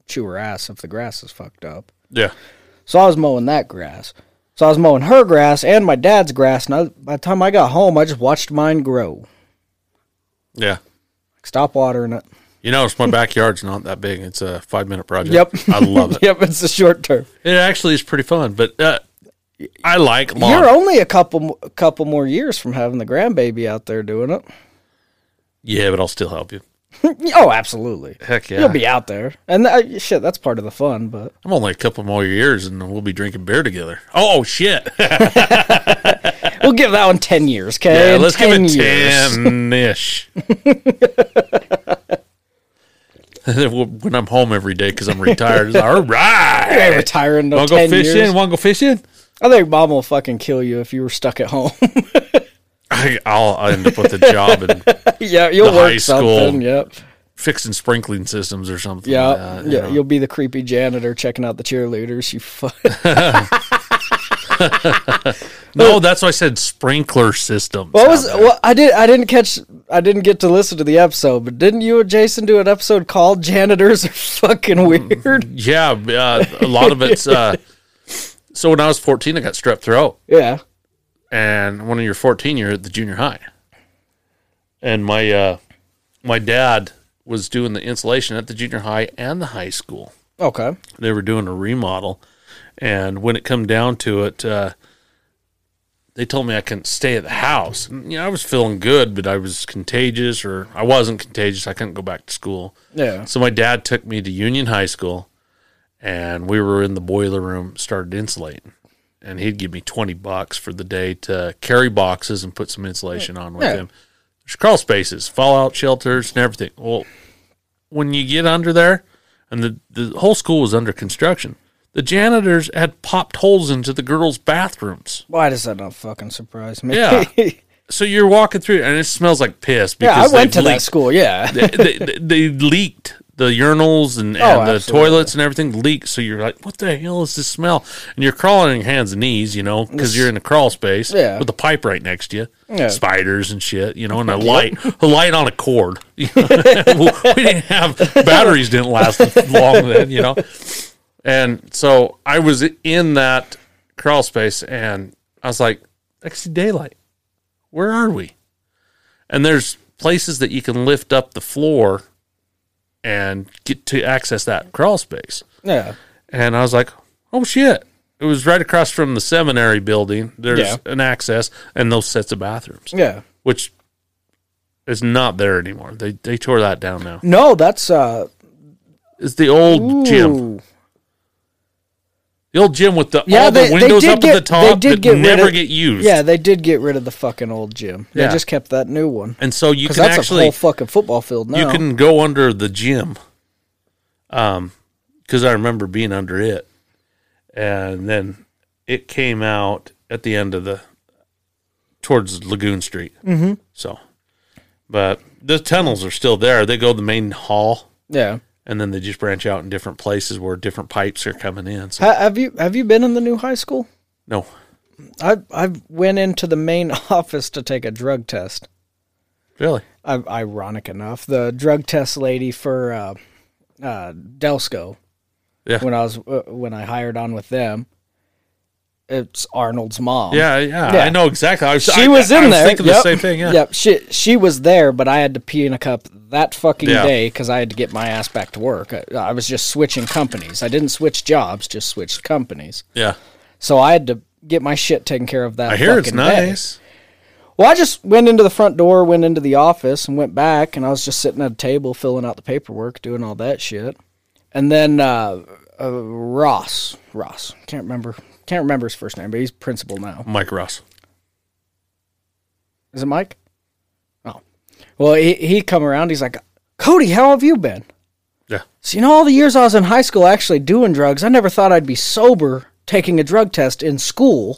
chew her ass if the grass is fucked up.
Yeah.
So I was mowing that grass. So I was mowing her grass and my dad's grass. And I, by the time I got home, I just watched mine grow.
Yeah.
Stop watering it.
You notice my backyard's not that big. It's a five minute project.
Yep.
I love it.
yep, it's the short term.
It actually is pretty fun, but uh, I like lawn.
You're only a couple mo- a couple more years from having the grandbaby out there doing it.
yeah, but I'll still help you.
Oh, absolutely.
Heck yeah.
You'll be out there, and uh, shit, that's part of the fun. But
I'm only a couple more years and we'll be drinking beer together. Oh, shit.
we'll give that one ten years, okay?
Yeah, let's give it 10 ish. when I'm home every day because I'm retired, it's like, all
Hey,
right.
retire in
Want to go
ten
fishing?
years.
Want to go fishing?
I think mom will fucking kill you if you were stuck at home.
I, I'll I'll end up with a job and
yeah, you'll
The
work
high school.
something. Yep.
fixing sprinkling systems or something.
Yeah,
like that, you
yeah,
know.
you'll be the creepy janitor checking out the cheerleaders. You fuck.
No, that's why I said sprinkler systems.
What
out
was?
there.
Well, I did. I didn't catch. I didn't get to listen to the episode. But didn't you and Jason do an episode called "Janitors Are Fucking
Mm-hmm.
Weird"?
Yeah, uh, a lot of it's. Uh, so when I was 14, I got strep throat,
yeah.
and when you're 14, you're at the junior high. And my uh, my dad was doing the insulation at the junior high and the high school.
Okay.
They were doing a remodel, and when it come down to it, uh, they told me I couldn't stay at the house. And, you know, I was feeling good, but I was contagious, or I wasn't contagious. I couldn't go back to school.
Yeah.
So my dad took me to Union High School, and we were in the boiler room, started insulating, and he'd give me twenty bucks for the day to carry boxes and put some insulation on with
Yeah.
him. There's crawl spaces, fallout shelters, and everything. Well, when you get under there, and the the whole school was under construction. The janitors had popped holes into the girls' bathrooms.
Why does that not fucking surprise me?
Yeah. So you're walking through, and it smells like piss.
yeah. I
they've
went to that
leaked
school. Yeah.
they, they, they leaked the urinals and, and the
Oh, absolutely.
toilets and everything leaked. So you're like, what the hell is this smell? And you're crawling on your hands and knees, you know, because you're in a crawl space
Yeah.
with a pipe right next to you,
Yeah.
spiders and shit, you know, and a light, a light on a cord. we didn't have batteries; didn't last long then, you know. And so I was in that crawl space, and I was like, I can see daylight. Where are we? and there's places that you can lift up the floor and get to access that crawl space.
yeah.
And I was like, oh shit. It was right across from the seminary building. There's
Yeah.
an access and those sets of bathrooms,
Yeah.
which is not there anymore. They they tore that down now.
No, that's uh.
It's the old gym.
ooh.
The old gym with the
Yeah,
all
they-
the
they
windows
did
up
get-
at the top
they did
that
get rid
never
of-
get used.
Yeah, they did get rid of the fucking old gym. They
Yeah.
just kept that new one.
And so you
Because
can
that's a
actually
whole fucking football field now.
you can go under the gym um because i remember being under it and then it came out at the end of the towards lagoon street mm-hmm. so but the tunnels are still there they go the main hall
Yeah.
and then they just branch out in different places where different pipes are coming in so
Ha- have you have you been in the new high school?
no
I I went into the main office to take a drug test.
really
I, ironic enough, the drug test lady for uh, uh, Delsco.
Yeah.
When I was uh, when I hired on with them, it's Arnold's mom.
yeah, yeah
Yeah.
i know exactly i was,
She
I-
was
I
in there.
thinking the
Yep.
same thing yeah
Yep. She she was there, but I had to pee in a cup that fucking
Yeah.
day because I had to get my ass back to work. I, I was just switching companies. I didn't switch jobs, just switched companies.
yeah
So I had to get my shit taken care of that.
i hear it's
fucking day.
nice
Well, I just went into the front door, went into the office, and went back, and I was just sitting at a table filling out the paperwork, doing all that shit. And then uh, uh, Ross. Ross. Can't remember. Can't remember his first name, but he's principal now.
Mike Ross.
Is it Mike? Oh, well, he he come around. He's like, Cody, how have you been?
Yeah.
So you know, all the years I was in high school actually doing drugs, I never thought I'd be sober taking a drug test in school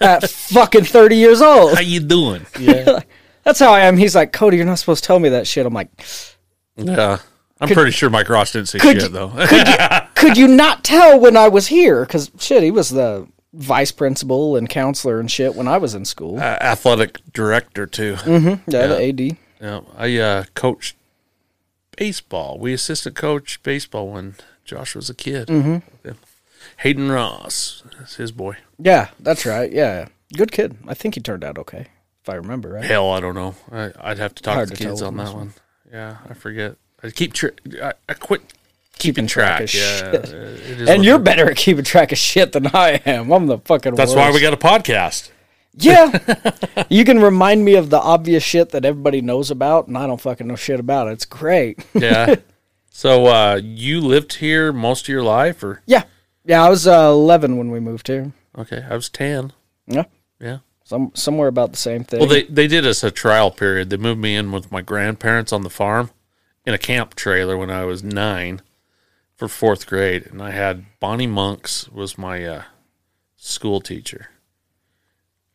at fucking thirty years old.
How you doing?
That's how I am. He's like, Cody, you're not supposed to tell me that shit. I'm like,
Yeah. I'm pretty sure Mike Ross didn't say
Could
shit
you-
though.
could you not tell when I was here? Because shit, he was the vice principal and counselor and shit when I was in school.
Athletic director too.
Mm. yeah, the AD.
Ah, Yeah, I uh, coached baseball. We assistant coached baseball when Josh was a kid.
Mm-hmm.
Yeah. Hayden Ross, that's his boy.
Yeah, that's right. Yeah, good kid. I think he turned out okay, if I remember right.
Hell, I don't know. I, I'd have to talk
Hard
to the
to tell
kids on
from
that
this
one. Yeah, I forget. I keep tra- I, I quit keeping
Keeping
track.
track of
Yeah,
shit.
it is what
And you're
it-
better at keeping track of shit than I am. I'm the fucking.
That's why we
worst.
got a podcast.
Yeah, you can remind me of the obvious shit that everybody knows about, and I don't fucking know shit about it. It's great.
Yeah. so uh, you lived here most of your life, or
yeah, yeah. I was uh, 11 when we moved here.
okay? I was ten.
Yeah,
Yeah.
some somewhere about the same thing.
Well, they they did us a trial period. They moved me in with my grandparents on the farm in a camp trailer when I was nine for fourth grade, and I had Bonnie Monks was my uh, school teacher.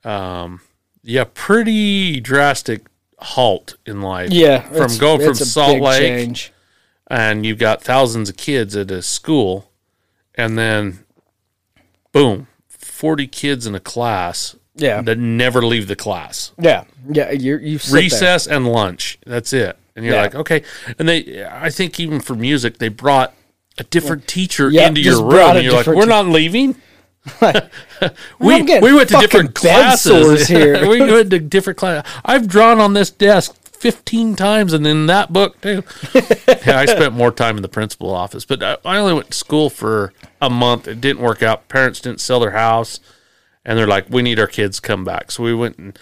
Um, yeah, pretty drastic halt in life.
yeah,
from
it's-
going from
it's a
Salt
big
Lake
change.
and you've got thousands of kids at a school, and then boom, forty kids in a class
Yeah,
that never leave the class.
yeah, yeah. You you sit there.
recess and lunch. That's it. And you're
Yeah.
like, okay. And they, I think even for music, they brought a different teacher
Yeah,
into
just
your room.
brought a
And you're like,
different
we're
te-
not leaving. we
I'm getting
we went to
fucking
different
bed
classes
sores here.
we went to different classes. I've drawn on this desk. 15 times and in that book too. yeah, I spent more time in the principal office, but I, I only went to school for a month. It didn't work out. Parents didn't sell their house and they're like, "We need our kids to come back." So we went and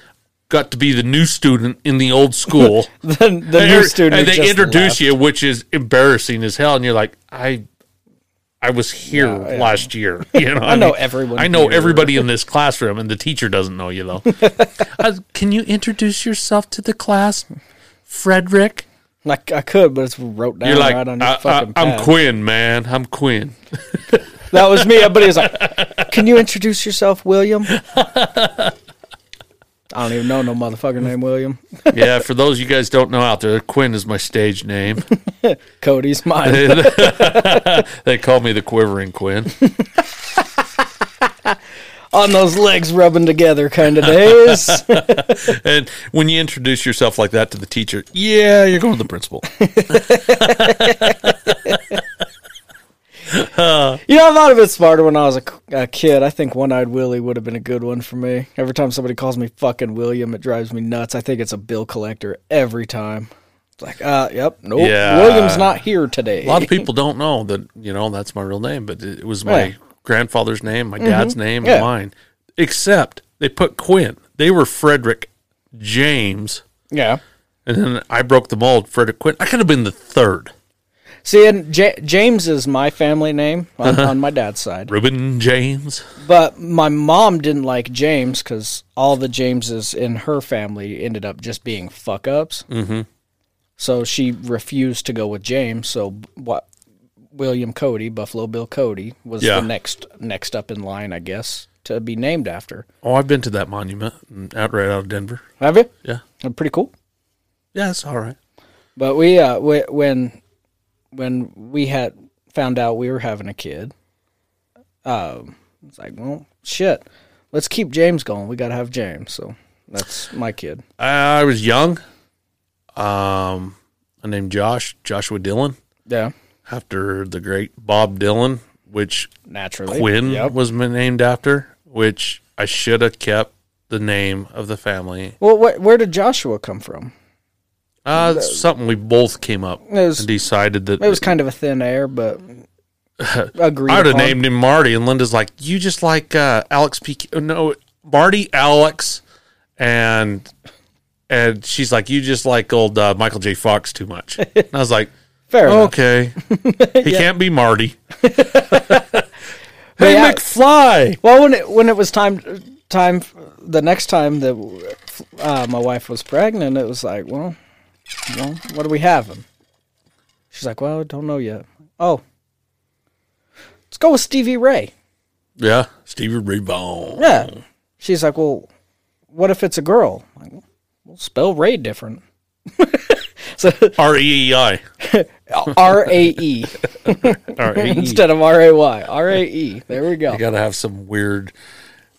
got to be the new student in the old school.
the, the
and,
new
you're-
student
and
who
they
just
introduce
left.
you, which is embarrassing as hell. And you're like, "I, I was here last year. You know, I,
know everyone
I know
here.
everybody in this classroom, and the teacher doesn't know you though. Uh, can you introduce yourself to the class, Frederick?
Like I could, but it's wrote down
You're like,
right on your
I,
fucking
am
pad.
Quinn, man. I'm Quinn.
That was me. Everybody was like, "Can you introduce yourself, William?" I don't even know no motherfucker name William.
yeah, for those you guys don't know out there, Quinn is my stage name.
Cody's mine.
they call me the Quivering Quinn.
On those legs rubbing together kind of days.
And when you introduce yourself like that to the teacher, yeah, you're going to the principal.
you know, I thought of it smarter when I was a, a kid. I think One Eyed Willie would have been a good one for me. Every time somebody calls me fucking William, it drives me nuts. I think it's a bill collector every time. It's like, uh, yep, nope.
Yeah.
William's not here today.
A lot of people don't know that, you know, that's my real name, but it was my
Yeah.
grandfather's name, my dad's name,
Yeah.
and mine. Except they put Quinn. They were Frederick James.
yeah.
And then I broke the mold, Frederick Quinn. I could have been the third.
See, and J- James is my family name on, on my dad's side.
Reuben James.
But my mom didn't like James because all the Jameses in her family ended up just being fuck ups. Mm-hmm. So she refused to go with James. So what? William Cody, Buffalo Bill Cody, was
Yeah.
the next next up in line, I guess, to be named after.
Oh, I've been to that monument mm, out right out of Denver.
Have you?
Yeah.
Uh, Pretty cool.
Yeah, it's all right.
But we, uh, we when when we had found out we were having a kid, um, it's like, well, shit, let's keep James going. We gotta have James. So that's my kid.
I was young. Um, I named Josh, Joshua Dillon.
Yeah,
after the great Bob Dylan, which
naturally.
Quinn
Yep.
was ma- named after, which I should have kept the name of the family.
Well, wh- where did Joshua come from?
Uh, it's something we both came up
was-
and decided that
It was kind of a thin air, but agreed.
I would have
upon.
named him Marty. And Linda's like, you just like uh, Alex P. K- oh, No, Marty, Alex, and and she's like, you just like old uh, Michael J. Fox too much. And I was like,
Fair enough.
okay, he can't be Marty. Hey,
Yeah.
McFly.
Well, when it when it was time time the next time that uh, my wife was pregnant, it was like, well, well, what do we have him? She's like, well, I don't know yet. Oh, let's go with Stevie Ray.
Yeah, Stevie Ray Vaughan.
Yeah. She's like, well, what if it's a girl? I'm like, we'll spell Ray different. so
R E E I.
R A E
R E E.
instead of R A Y. R A E. There we go.
You got to have some weird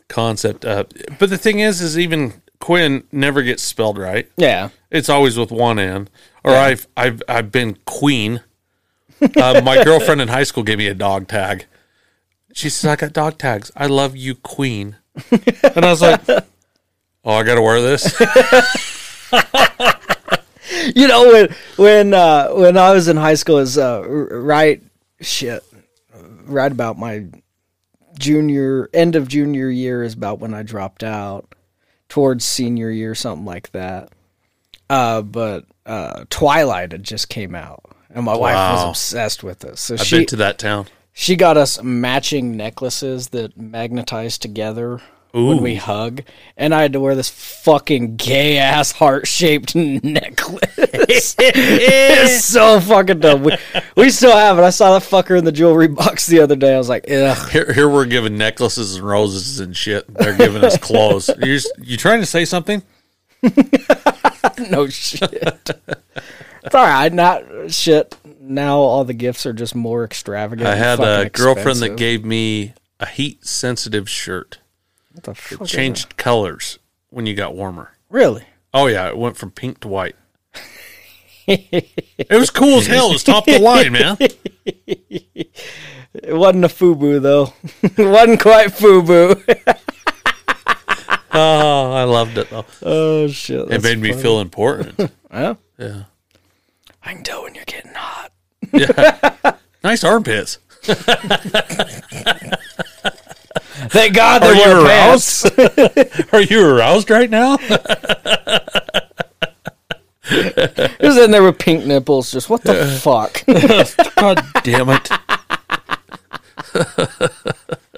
concept. Uh, but the thing is, is even Quinn never gets spelled right.
Yeah.
It's always with one N. Or I've I've I've been Queen. Uh, my girlfriend in high school gave me a dog tag. She says, "I got dog tags. I love you, Queen." And I was like, "Oh, I got to wear this."
you know when when uh when i was in high school is uh r- right shit right about my junior end of junior year is about when i dropped out towards senior year something like that uh but uh twilight had just came out and my wife was
Wow.
obsessed with this so
I've
she
been to that town.
she got us matching necklaces that magnetize together when we hug, and I had to wear this fucking gay ass heart shaped necklace. it's so fucking dumb. We, we still have it. I saw that fucker in the jewelry box the other day. I was like, ugh.
Here, here we're giving necklaces and roses and shit. They're giving us clothes. You're, s- you trying to say something?
No shit. it's all right. Not shit. Now all the gifts are just more extravagant.
I
and
had
fucking
a girlfriend that
expensive.
gave me a heat sensitive shirt.
What the fuck is that?
Changed colors when you got warmer.
Really?
Oh yeah, it went from pink to white. it was cool as hell. It was top of the line, man.
It wasn't a FUBU though. it wasn't quite FUBU.
Oh, I loved it though.
oh shit.
It
that's
made me feel important.
Yeah.
Yeah.
I can tell when you're getting hot.
Nice armpits.
Thank God
Are
they
you
were
aroused?
pants.
Are you aroused right now?
It was in there with pink nipples. Just what the fuck?
God damn it.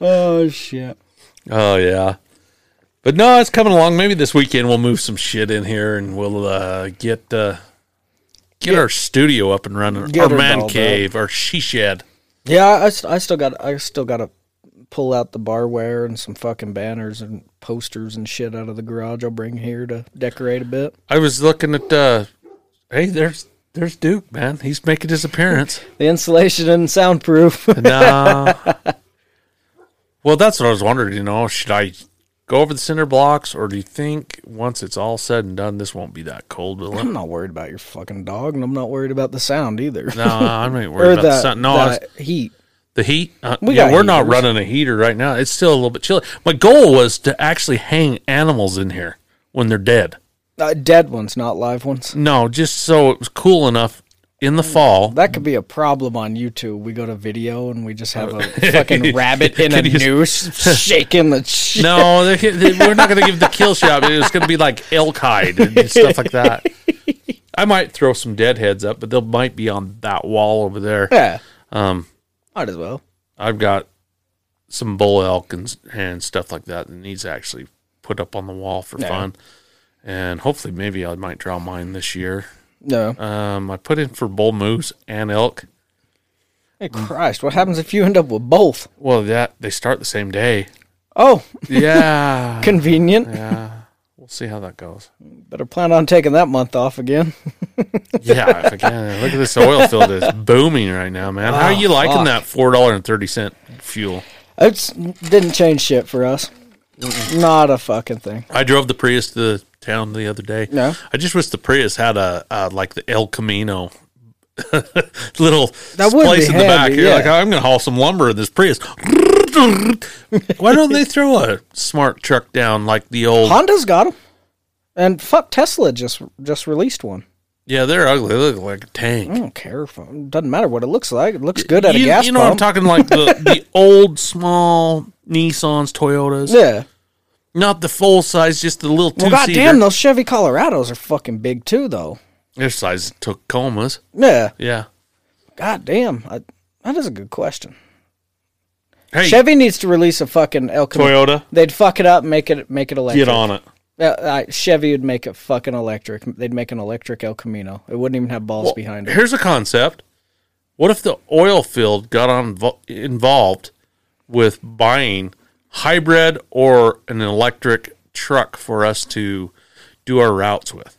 oh shit.
Oh yeah. But no, it's coming along. Maybe this weekend we'll move some shit in here and we'll uh, get uh, get our studio up and running.
Get
Our
her
man
dolled
cave, our she shed.
Yeah, I, st- I still got I still got to pull out the barware and some fucking banners and posters and shit out of the garage. I'll bring here to decorate a bit.
I was looking at uh hey, there's there's Duke, man. He's making his appearance.
The insulation and soundproof.
No. well, that's what I was wondering. You know, should I go over the cinder blocks, or do you think once it's all said and done, this won't be that cold, will it?
I'm not worried about your fucking dog, and I'm not worried about the sound either.
No, I'm not worried
or
about
the,
the sun. No, I was-
the heat.
the heat. Uh,
We
yeah,
got
we're not
heaters.
running a heater right now. It's still a little bit chilly. My goal was to actually hang animals in here when they're dead.
Uh, dead ones, not live ones.
No, just so it was cool enough in the fall.
That could be a problem on YouTube. We go to video and we just have a fucking rabbit in a
Can you-
noose shaking the shit.
No, they, they, we're not going to give the kill shot. It's going to be like elk hide and stuff like that. I might throw some dead heads up, but they might be on that wall over there.
Yeah.
Um,
Might as well.
I've got some bull elk and and stuff like that that needs to actually put up on the wall for
Yeah.
fun. And hopefully, maybe I might draw mine this year.
No.
Um, I put in for bull moose and elk.
Hey, Christ, what happens if you end up with both?
Well, that they start the same day.
Oh,
Yeah,
convenient.
we'll see how that goes.
Better plan on taking that month off again.
Yeah, if I can. Look at this oil field is booming right now, man. How are you liking
Oh, fuck.
that four dollar and thirty cent fuel?
It didn't change shit for us. Not a fucking thing.
I drove the Prius to the town the other day.
Yeah.
I just wish the Prius had a, uh like the El Camino little
That would
place
be
in the back.
handy,
You're
yeah.
like, I'm going to haul some lumber in this Prius. Why don't they throw a smart truck down like the old?
Honda's got them. And fuck, Tesla just just released one.
Yeah, they're ugly. They look like a tank.
I don't care. If, doesn't matter what it looks like. It looks good Mm, at
you,
a gas
you know,
pump.
I'm talking like the, the old small Nissans, Toyotas.
yeah.
Not the full size, just the little two
Well,
seater.
goddamn, those Chevy Colorados are fucking big too, though.
Their size Tacomas.
Yeah.
Yeah.
Goddamn. I, That is a good question.
Hey,
Chevy needs to release a fucking El Camino.
Toyota,
They'd fuck it up, and make it make it electric.
get on it.
Uh, uh, Chevy would make it fucking electric. They'd make an electric El Camino. It wouldn't even have balls
Well,
behind it.
Here's a concept. What if the oil field got on involved with buying hybrid or an electric truck for us to do our routes with?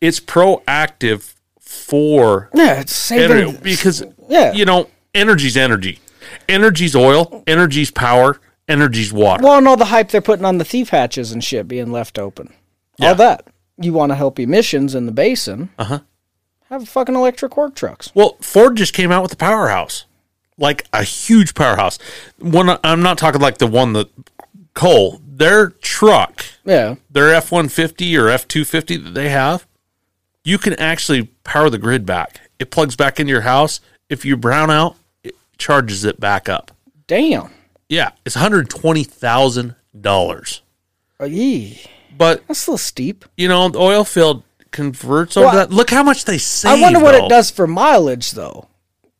It's proactive for
Yeah, it's saving.
ener- because
Yeah.
you know energy's energy, energy's oil, energy's power, energy's water.
Well, and all the hype they're putting on the thief hatches and shit being left open. All that. You want to help emissions in the basin. Uh
Uh-huh.
huh. Have fucking electric work trucks.
Well, Ford just came out with a powerhouse, like a huge powerhouse. One, I'm not talking like the one that Cole. Their truck,
Yeah.
their F-150 or F-250 that they have, you can actually power the grid back. It plugs back into your house. If you brown out, it charges it back up.
Damn.
Yeah, it's 120 thousand dollars.
Oh, yee.
But
That's a little steep.
you know, the oil field converts over
Well,
that. Look how much they save.
I wonder what
though.
it does for mileage, though.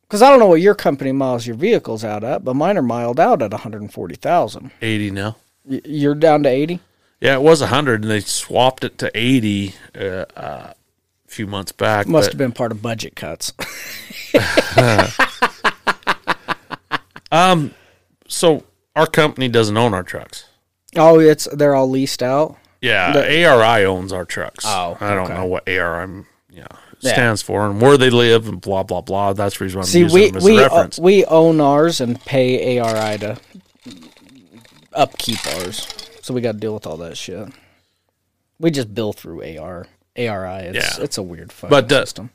Because I don't know what your company miles your vehicles out at, but mine are miled out at 140,000.
80 now.
Y- you're down to 80?
Yeah, it was 100, and they swapped it to 80 uh, uh, a few months back.
Must
but-
have been part of budget cuts.
So our company doesn't own our trucks.
oh, it's they're all leased out.
Yeah, ARI owns our trucks.
Oh,
I don't
okay.
know what ARI yeah, stands for and where they live and blah blah blah. That's the reason why I'm
See,
using
we
them as
we
a
o-
reference.
we own ours and pay ARI to upkeep ours, so we got to deal with all that shit. We just bill through AR ARI. It's
Yeah.
it's a weird fucking
But, uh,
system.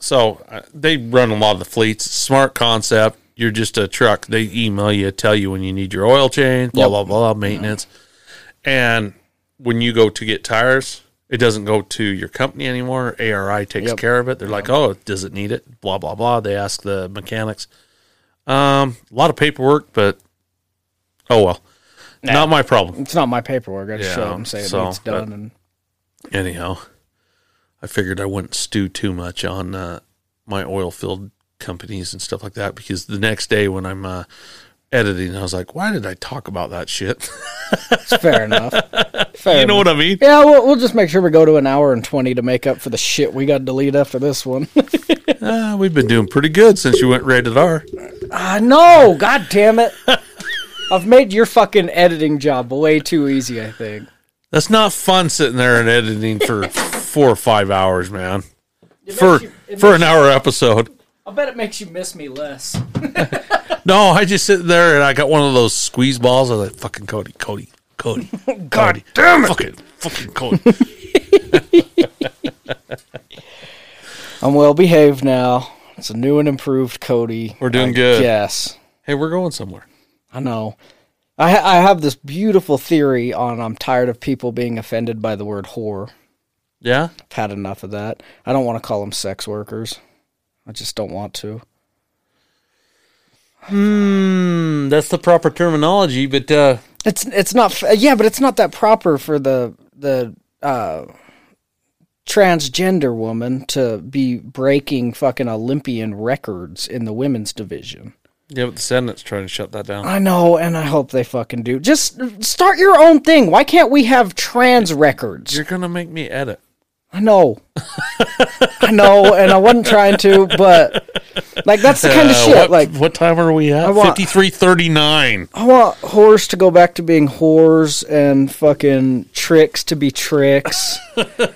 so uh, they run a lot of the fleets. Smart concept. You're just a truck. They email you, tell you when you need your oil change, blah
Yep.
blah blah, maintenance. And when you go to get tires, it doesn't go to your company anymore. ARI takes
Yep.
care of it. They're like, oh, does it need it? Blah blah blah. They ask the mechanics. Um, a lot of paperwork, but oh well, not my problem.
It's not my paperwork. I just show
Yeah,
them say
so,
it's
but-
done, and
Anyhow, I figured I wouldn't stew too much on uh, my oil field companies and stuff like that because the next day when I'm uh, editing, I was like, why did I talk about that shit?
it's fair enough. Fair
you know what I mean?
Yeah, we'll, we'll just make sure we go to an hour and 20 to make up for the shit we got to delete after this one.
Uh, we've been doing pretty good since you went rated R.
I know. God damn it. I've made your fucking editing job way too easy, I think.
That's not fun sitting there and editing for four or five hours, man. For
you- it
for an
makes
hour episode.
I'll bet it makes you miss me less.
No, I just sit there and I got one of those squeeze balls. I was like, fucking Cody, Cody, Cody. God damn it. Fucking, fucking Cody.
I'm well behaved now. It's a new and improved Cody.
We're doing good.
Yes.
Hey, we're going somewhere.
I know. I, ha- I have this beautiful theory on I'm tired of people being offended by the word whore.
Yeah?
I've had enough of that. I don't want to call them sex workers. I just don't want to.
Mm, that's the proper terminology, but uh,
It's it's not f- uh, yeah, but it's not that proper for the the uh, transgender woman to be breaking fucking Olympian records in the women's division.
yeah, but the Senate's trying to shut that down.
I know, and I hope they fucking do. Just start your own thing. Why can't we have trans records?
You're gonna make me edit.
I know, I know, and I wasn't trying to, but like that's the kind of
Uh,
shit.
what,
like
what time are we at?
want-
Fifty three thirty nine.
I want whores to go back to being whores and fucking tricks to be tricks.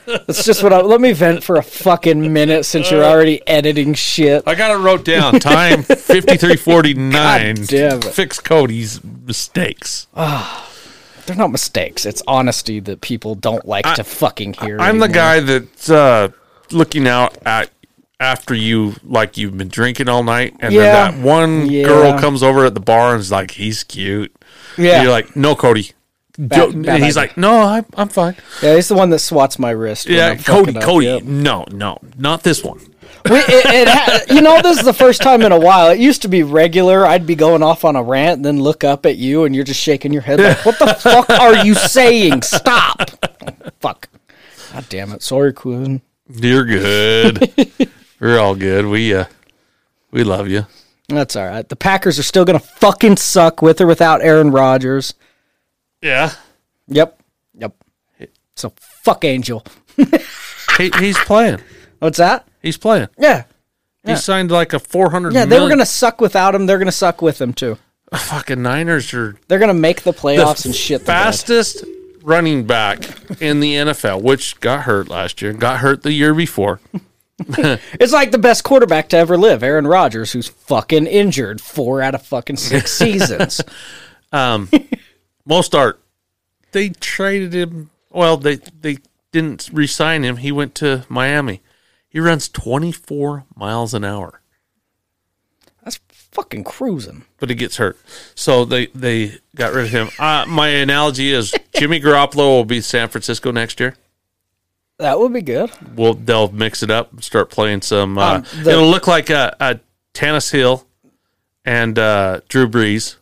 That's just what I let me vent for a fucking minute since
Uh.
you're already editing shit.
I got it wrote down. Time fifty three forty nine.
God damn it.
Fix Cody's mistakes.
They're not mistakes. It's honesty that people don't like to fucking hear.
I'm the
anymore.
guy that's uh, looking out at after you like you've been drinking all night, and
Yeah.
then that one
Yeah.
girl comes over at the bar and is like, "He's cute."
Yeah.
You're like, "No, Cody." Don't- and
bad
he's
idea.
like, "No, I, I'm fine."
Yeah, he's the one that swats my wrist. when
Yeah,
I'm fucking
Cody,
up.
Cody.
Yep.
No, no, not this one.
We, it, it ha- you know, this is the first time in a while. It used to be regular. I'd be going off on a rant, then look up at you, and you're just shaking your head like, "What the fuck are you saying? Stop!" fuck. God damn it. Sorry, Quinn.
You're good. We're all good. We uh, we love you.
That's all right. The Packers are still going to fucking suck with or without Aaron Rodgers.
Yeah.
Yep. Yep. So fuck Angel.
He, he's playing.
What's that?
He's playing.
Yeah.
He signed like a 400
Yeah, they were
million-
going to suck without him. They're going to suck with him too.
fucking Niners are
They're going to make the
the
playoffs and shit. the bed.
fastest running back in the NFL, which got hurt last year and got hurt the year before.
It's like the best quarterback to ever live, Aaron Rodgers, who's fucking injured four out of fucking six seasons.
Most art. They traded him. Well, they they didn't re-sign him. He went to Miami. He runs 24 miles an hour,
That's fucking cruising.
but he gets hurt. So they they got rid of him. Uh, my analogy is Jimmy Garoppolo will be San Francisco next year.
That would be good.
We'll they'll mix it up and start playing some. Uh,
Um, the-
it'll look like uh, uh, Tannis Hill and uh, Drew Brees.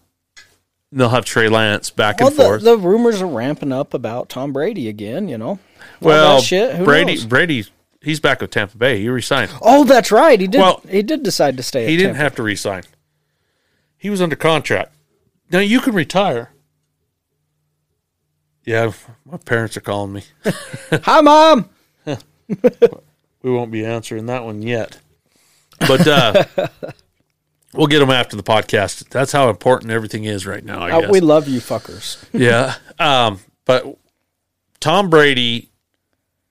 And They'll have Trey Lance back
Well,
and
the,
forth.
the rumors are ramping up about Tom Brady again. You know, All
well,
that shit. Who
Brady
knows?
Brady he's back with Tampa Bay. He resigned.
Oh, that's right. He did.
Well,
he did decide to stay.
He
at
didn't
Tampa.
have to resign. He was under contract. Now you can retire. Yeah, my parents are calling me.
Hi, mom.
We won't be answering that one yet. But uh we'll get them after the podcast. That's how important everything is right now, I
Uh,
guess.
we love you, fuckers.
yeah. Um, but Tom Brady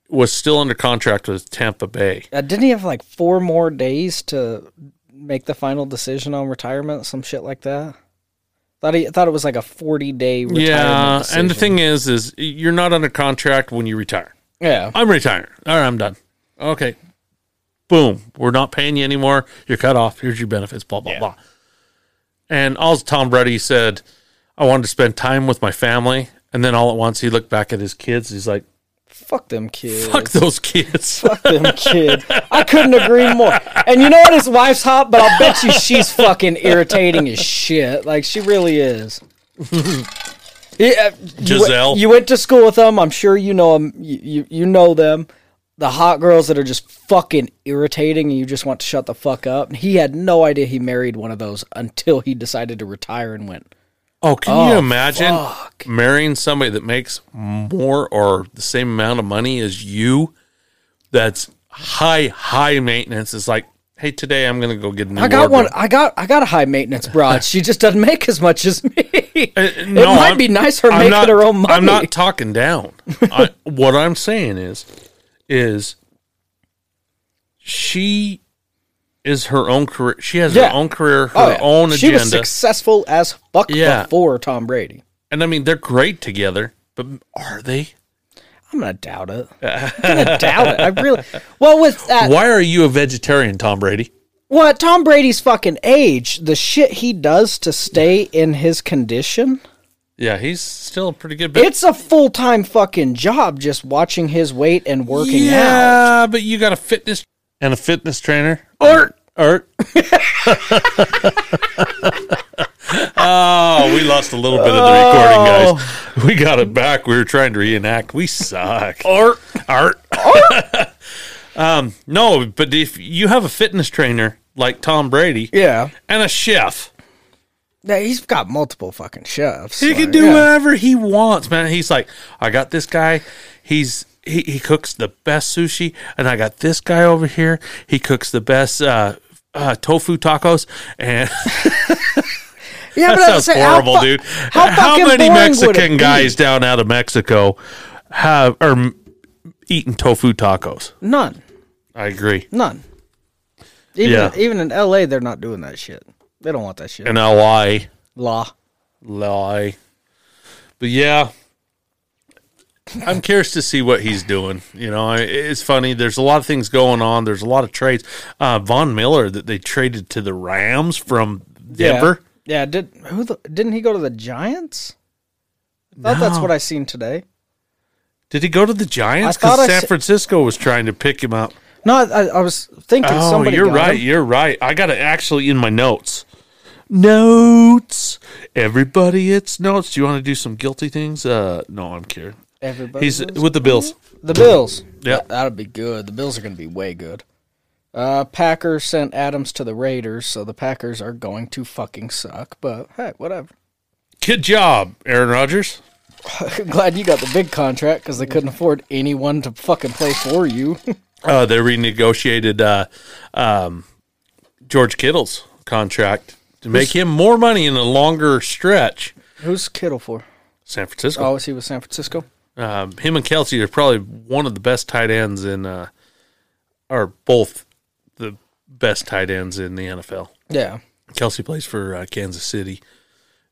was still under contract with Tampa Bay.
Uh, didn't he have like four more days to make the final decision on retirement? Some shit like that. Thought he thought it was like a forty day retirement.
Yeah, and the
decision.
thing is, is you're not under contract when you retire.
yeah,
I'm retiring. All right, I'm done. Okay. Boom. We're not paying you anymore. You're cut off. Here's your benefits, blah, blah, blah. And all Tom Brady said, I wanted to spend time with my family. And then all at once he looked back at his kids. He's like,
fuck them kids.
fuck those kids.
Fuck them kids. I couldn't agree more. And you know what? His wife's hot, but I'll bet you she's fucking irritating as shit. Like she really is. Yeah, you-
Giselle.
You, went to school with them. I'm sure you know them. You, you you know them. The hot girls that are just fucking irritating, and you just want to shut the fuck up. And he had no idea he married one of those until he decided to retire and went.
Oh, can you imagine
fuck.
marrying somebody that makes more or the same amount of money as you? That's high, high maintenance. It's like, hey, today I'm going to go get a new
I got
wardrobe.
one. I got I got a high maintenance broad. She just doesn't make as much as me.
Uh, no,
it might
I'm-
be nice her
I'm
making
not-
her own money.
I'm not talking down. I, what I'm saying is, is she is her own career. She has
Yeah.
her own career, her
Oh, yeah.
own
She was
agenda.
successful as fuck
Yeah.
before Tom Brady.
and I mean, they're great together, but are they?
I'm gonna doubt it. I'm gonna doubt it. I really. Well, with that, what?
Why are you a vegetarian, Tom Brady?
Tom Brady's fucking age, the shit he does to stay in his condition,
Yeah, he's still a pretty good.
it's a full time fucking job just watching his weight and working out.
yeah, but you got a fitness and a fitness trainer. Art, art. oh, we lost a little bit of the recording, guys. We got it back. We were trying to reenact. We suck. Art, art, art. um, no, but if you have a fitness trainer like Tom Brady
Yeah,
and a chef,
yeah, he's got multiple fucking chefs.
he can
like,
do
yeah.
whatever he wants, man. He's like, I got this guy. He's he, he cooks the best sushi, and I got this guy over here. He cooks the best uh, uh, tofu tacos, and
Yeah, but
that
I'm
sounds
saying, how
horrible,
fu-
dude.
How, fucking
many
boring would it
Mexican
be?
guys down out of Mexico have are m- eating tofu tacos?
None,
I agree.
none. Even
Yeah.
even in L.A., they're not doing that shit. They don't want that shit.
And I lie,
Law.
lie, but yeah. I'm curious to see what he's doing. You know, I- it's funny. There's a lot of things going on. There's a lot of trades. Uh, Von Miller that they traded to the Rams from Denver.
Yeah, yeah did who the, didn't he go to the Giants? I thought that's
No.
what I seen today.
Did he go to the Giants?
I thought
Because
I
San
s-
Francisco was trying to pick him up.
No, I, I, I was thinking
Oh,
somebody.
you're
got
right.
him.
You're right. I got it actually in my notes. Notes. Everybody, it's notes. Do you want to do some guilty things? Uh, no, I'm kidding.
Everybody
He's
knows.
with the Bills.
the Bills.
Yeah.
that, that'll be good. The Bills are going to be way good. Uh, Packers sent Adams to the Raiders, so the Packers are going to fucking suck. But hey, whatever.
Good job, Aaron Rodgers.
Glad you got the big contract because they couldn't afford anyone to fucking play for you.
Uh, they renegotiated uh, um, George Kittle's contract to make him more money in a longer stretch.
Who's Kittle for?
San Francisco.
Oh, is he with San Francisco?
Um, him and Kelsey are probably one of the best tight ends in, uh, are both the best tight ends in the NFL.
Yeah.
Kelsey plays for uh, Kansas City,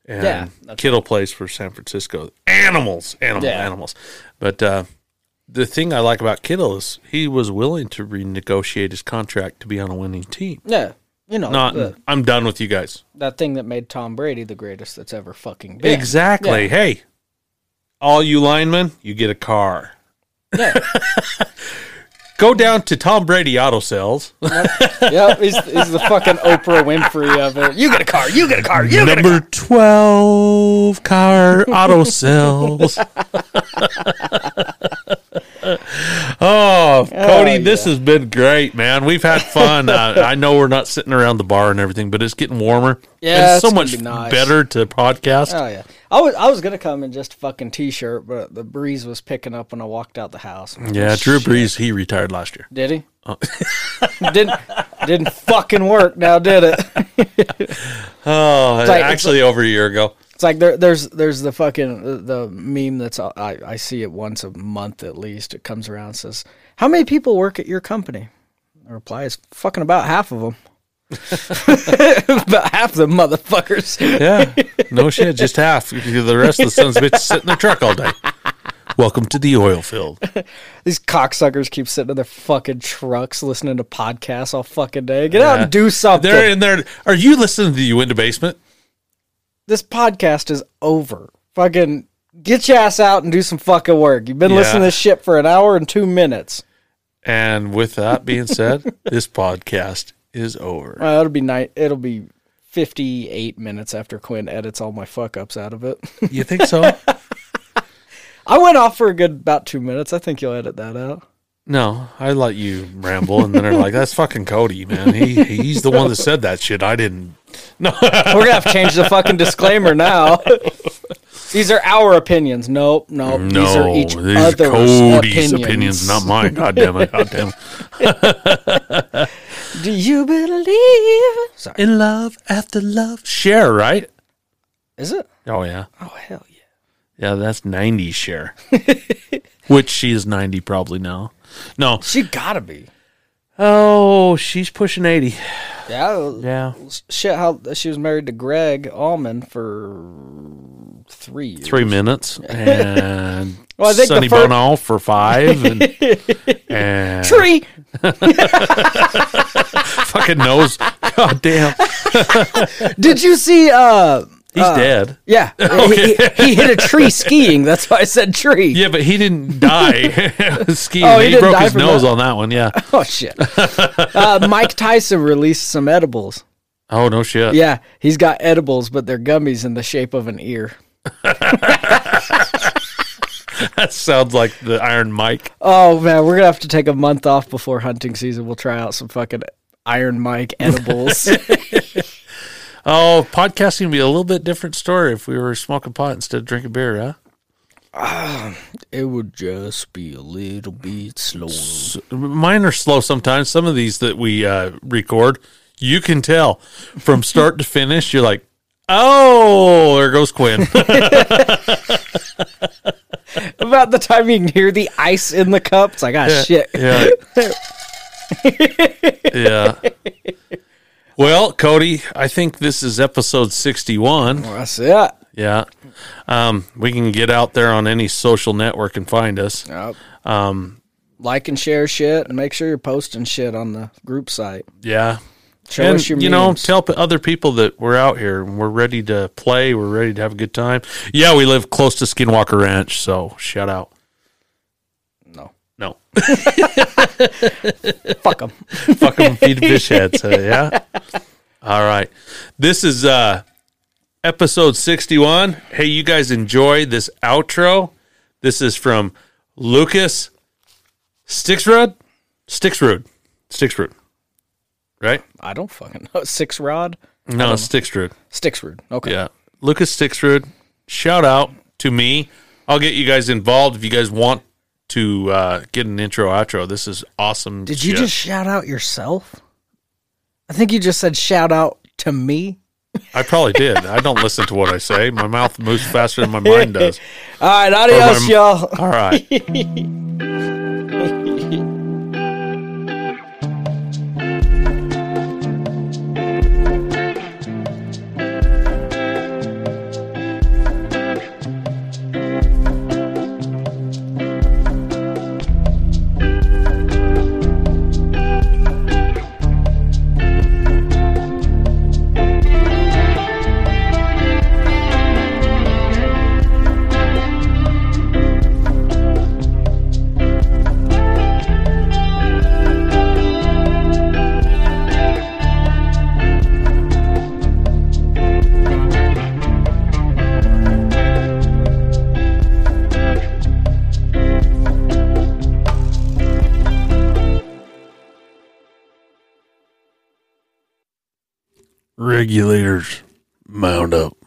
and
Yeah, that's
Kittle plays for San Francisco. Animals, animal,
Yeah.
animals. But uh, the thing I like about Kittle is he was willing to renegotiate his contract to be on a winning team.
Yeah. You know,
Not,
the-
I'm done with you guys.
that thing that made Tom Brady the greatest that's ever fucking been.
Exactly.
Yeah.
Hey, all you linemen, you get a car.
Yeah.
Go down to Tom Brady Auto Sales.
yep, he's, he's the fucking Oprah Winfrey of it. You get a car, you get a car, you get a car.
Number 12 car auto sales. oh, Cody, this has been great, man. We've had fun. uh, I know we're not sitting around the bar and everything, but it's getting warmer.
Yeah,
it's so
it's gonna
much
be nice.
better to podcast.
Oh yeah, I was I was gonna come in just a fucking t-shirt, but the breeze was picking up when I walked out the house.
yeah, Uh, Drew Brees, he retired last year.
Did he? didn't didn't fucking work. Now did it?
Oh,
like-
actually, over a year ago.
It's like there, there's there's the fucking the, the meme that's I I see it once a month at least. It comes around and says, "How many people work at your company?" The reply is fucking about half of them. about half the motherfuckers.
Yeah, no shit, just half. The rest of the sons of bitch sit in their truck all day. Welcome to the oil field.
These cocksuckers keep sitting in their fucking trucks listening to podcasts all fucking day. Get out
Yeah.
and do something.
They're in there. Are you listening to the Uinta Basement?
this podcast is over. Fucking get your ass out and do some fucking work. You've been
Yeah.
listening to this shit for an hour and two minutes.
And with that being said, this podcast is over.
Uh, it'll be night. It'll be fifty-eight minutes after Quinn edits all my fuck ups out of it.
You think so?
I went off for a good about two minutes. I think you'll edit that out.
No, I let you ramble, and then they're like, "That's fucking Cody, man. He he's the one that said that shit. I didn't." No,
We're gonna have to change the fucking disclaimer now. These are our opinions. Nope, nope. these are
no,
each
these are
other's
Cody's
opinions.
opinions. not mine. God damn it! God damn it.
Do you believe? Sorry.
In love after love, share right?
Is it?
Oh yeah,
Oh hell yeah.
yeah. That's ninety share, which she is ninety probably now. No,
She gotta be.
oh, she's pushing eighty.
Yeah.
Yeah,
shit how she was married to Greg Allman for three years.
three minutes and
Well, I think the
Sonny
fir-
Bono for five and, and
Three.
fucking nose. God damn.
Did you see? uh
He's dead.
Yeah, he, he- he hit a tree skiing. That's why I said tree.
Yeah, but he didn't die skiing.
Oh, he
he
didn't
broke
die
his
from
nose
that.
on that one. Yeah.
Oh shit! Uh, Mike Tyson released some edibles.
Oh no shit.
Yeah, he's got edibles, but they're gummies in the shape of an ear.
That sounds like the Iron Mike.
Oh man, we're gonna have to take a month off before hunting season. We'll try out some fucking Iron Mike edibles.
Oh, podcasting would be a little bit different story if we were smoking pot instead of drinking beer, huh?
it would just be a little bit slower.
mine are slow sometimes. Some of these that we uh, record, you can tell from start to finish. You're like, oh, there goes Quinn.
About the time you can hear the ice in the cup, it's like, ah, shit.
yeah. yeah. Well, Cody, I think this is episode 61.
That's it.
Yeah. Um, we can get out there on any social network and find us.
Um, like and share shit, and make sure you're posting shit on the group site.
Yeah.
Show
and
us your
you know,
memes.
tell p- other people that we're out here and we're ready to play. We're ready to have a good time. Yeah, we live close to Skinwalker Ranch, so shout out.
No.
No,
Fuck them.
fuck them, feed fish heads. uh, yeah. All right. This is uh episode sixty-one. Hey, you guys enjoy this outro. This is from Lucas Stixrud. Stixrud. Stixrud. right?
I don't fucking know. Six Rod?
No, Stickstrud.
Sticksrud. Okay.
Yeah. Lucas Stickstrud, shout out to me. I'll get you guys involved if you guys want to uh, get an intro outro. This is awesome.
Did you
shit.
just shout out yourself? I think you just said shout out to me.
I probably did. I don't listen to what I say. My mouth moves faster than my mind does.
All right, adios,
my-
y'all.
All right. Regulators, mount up.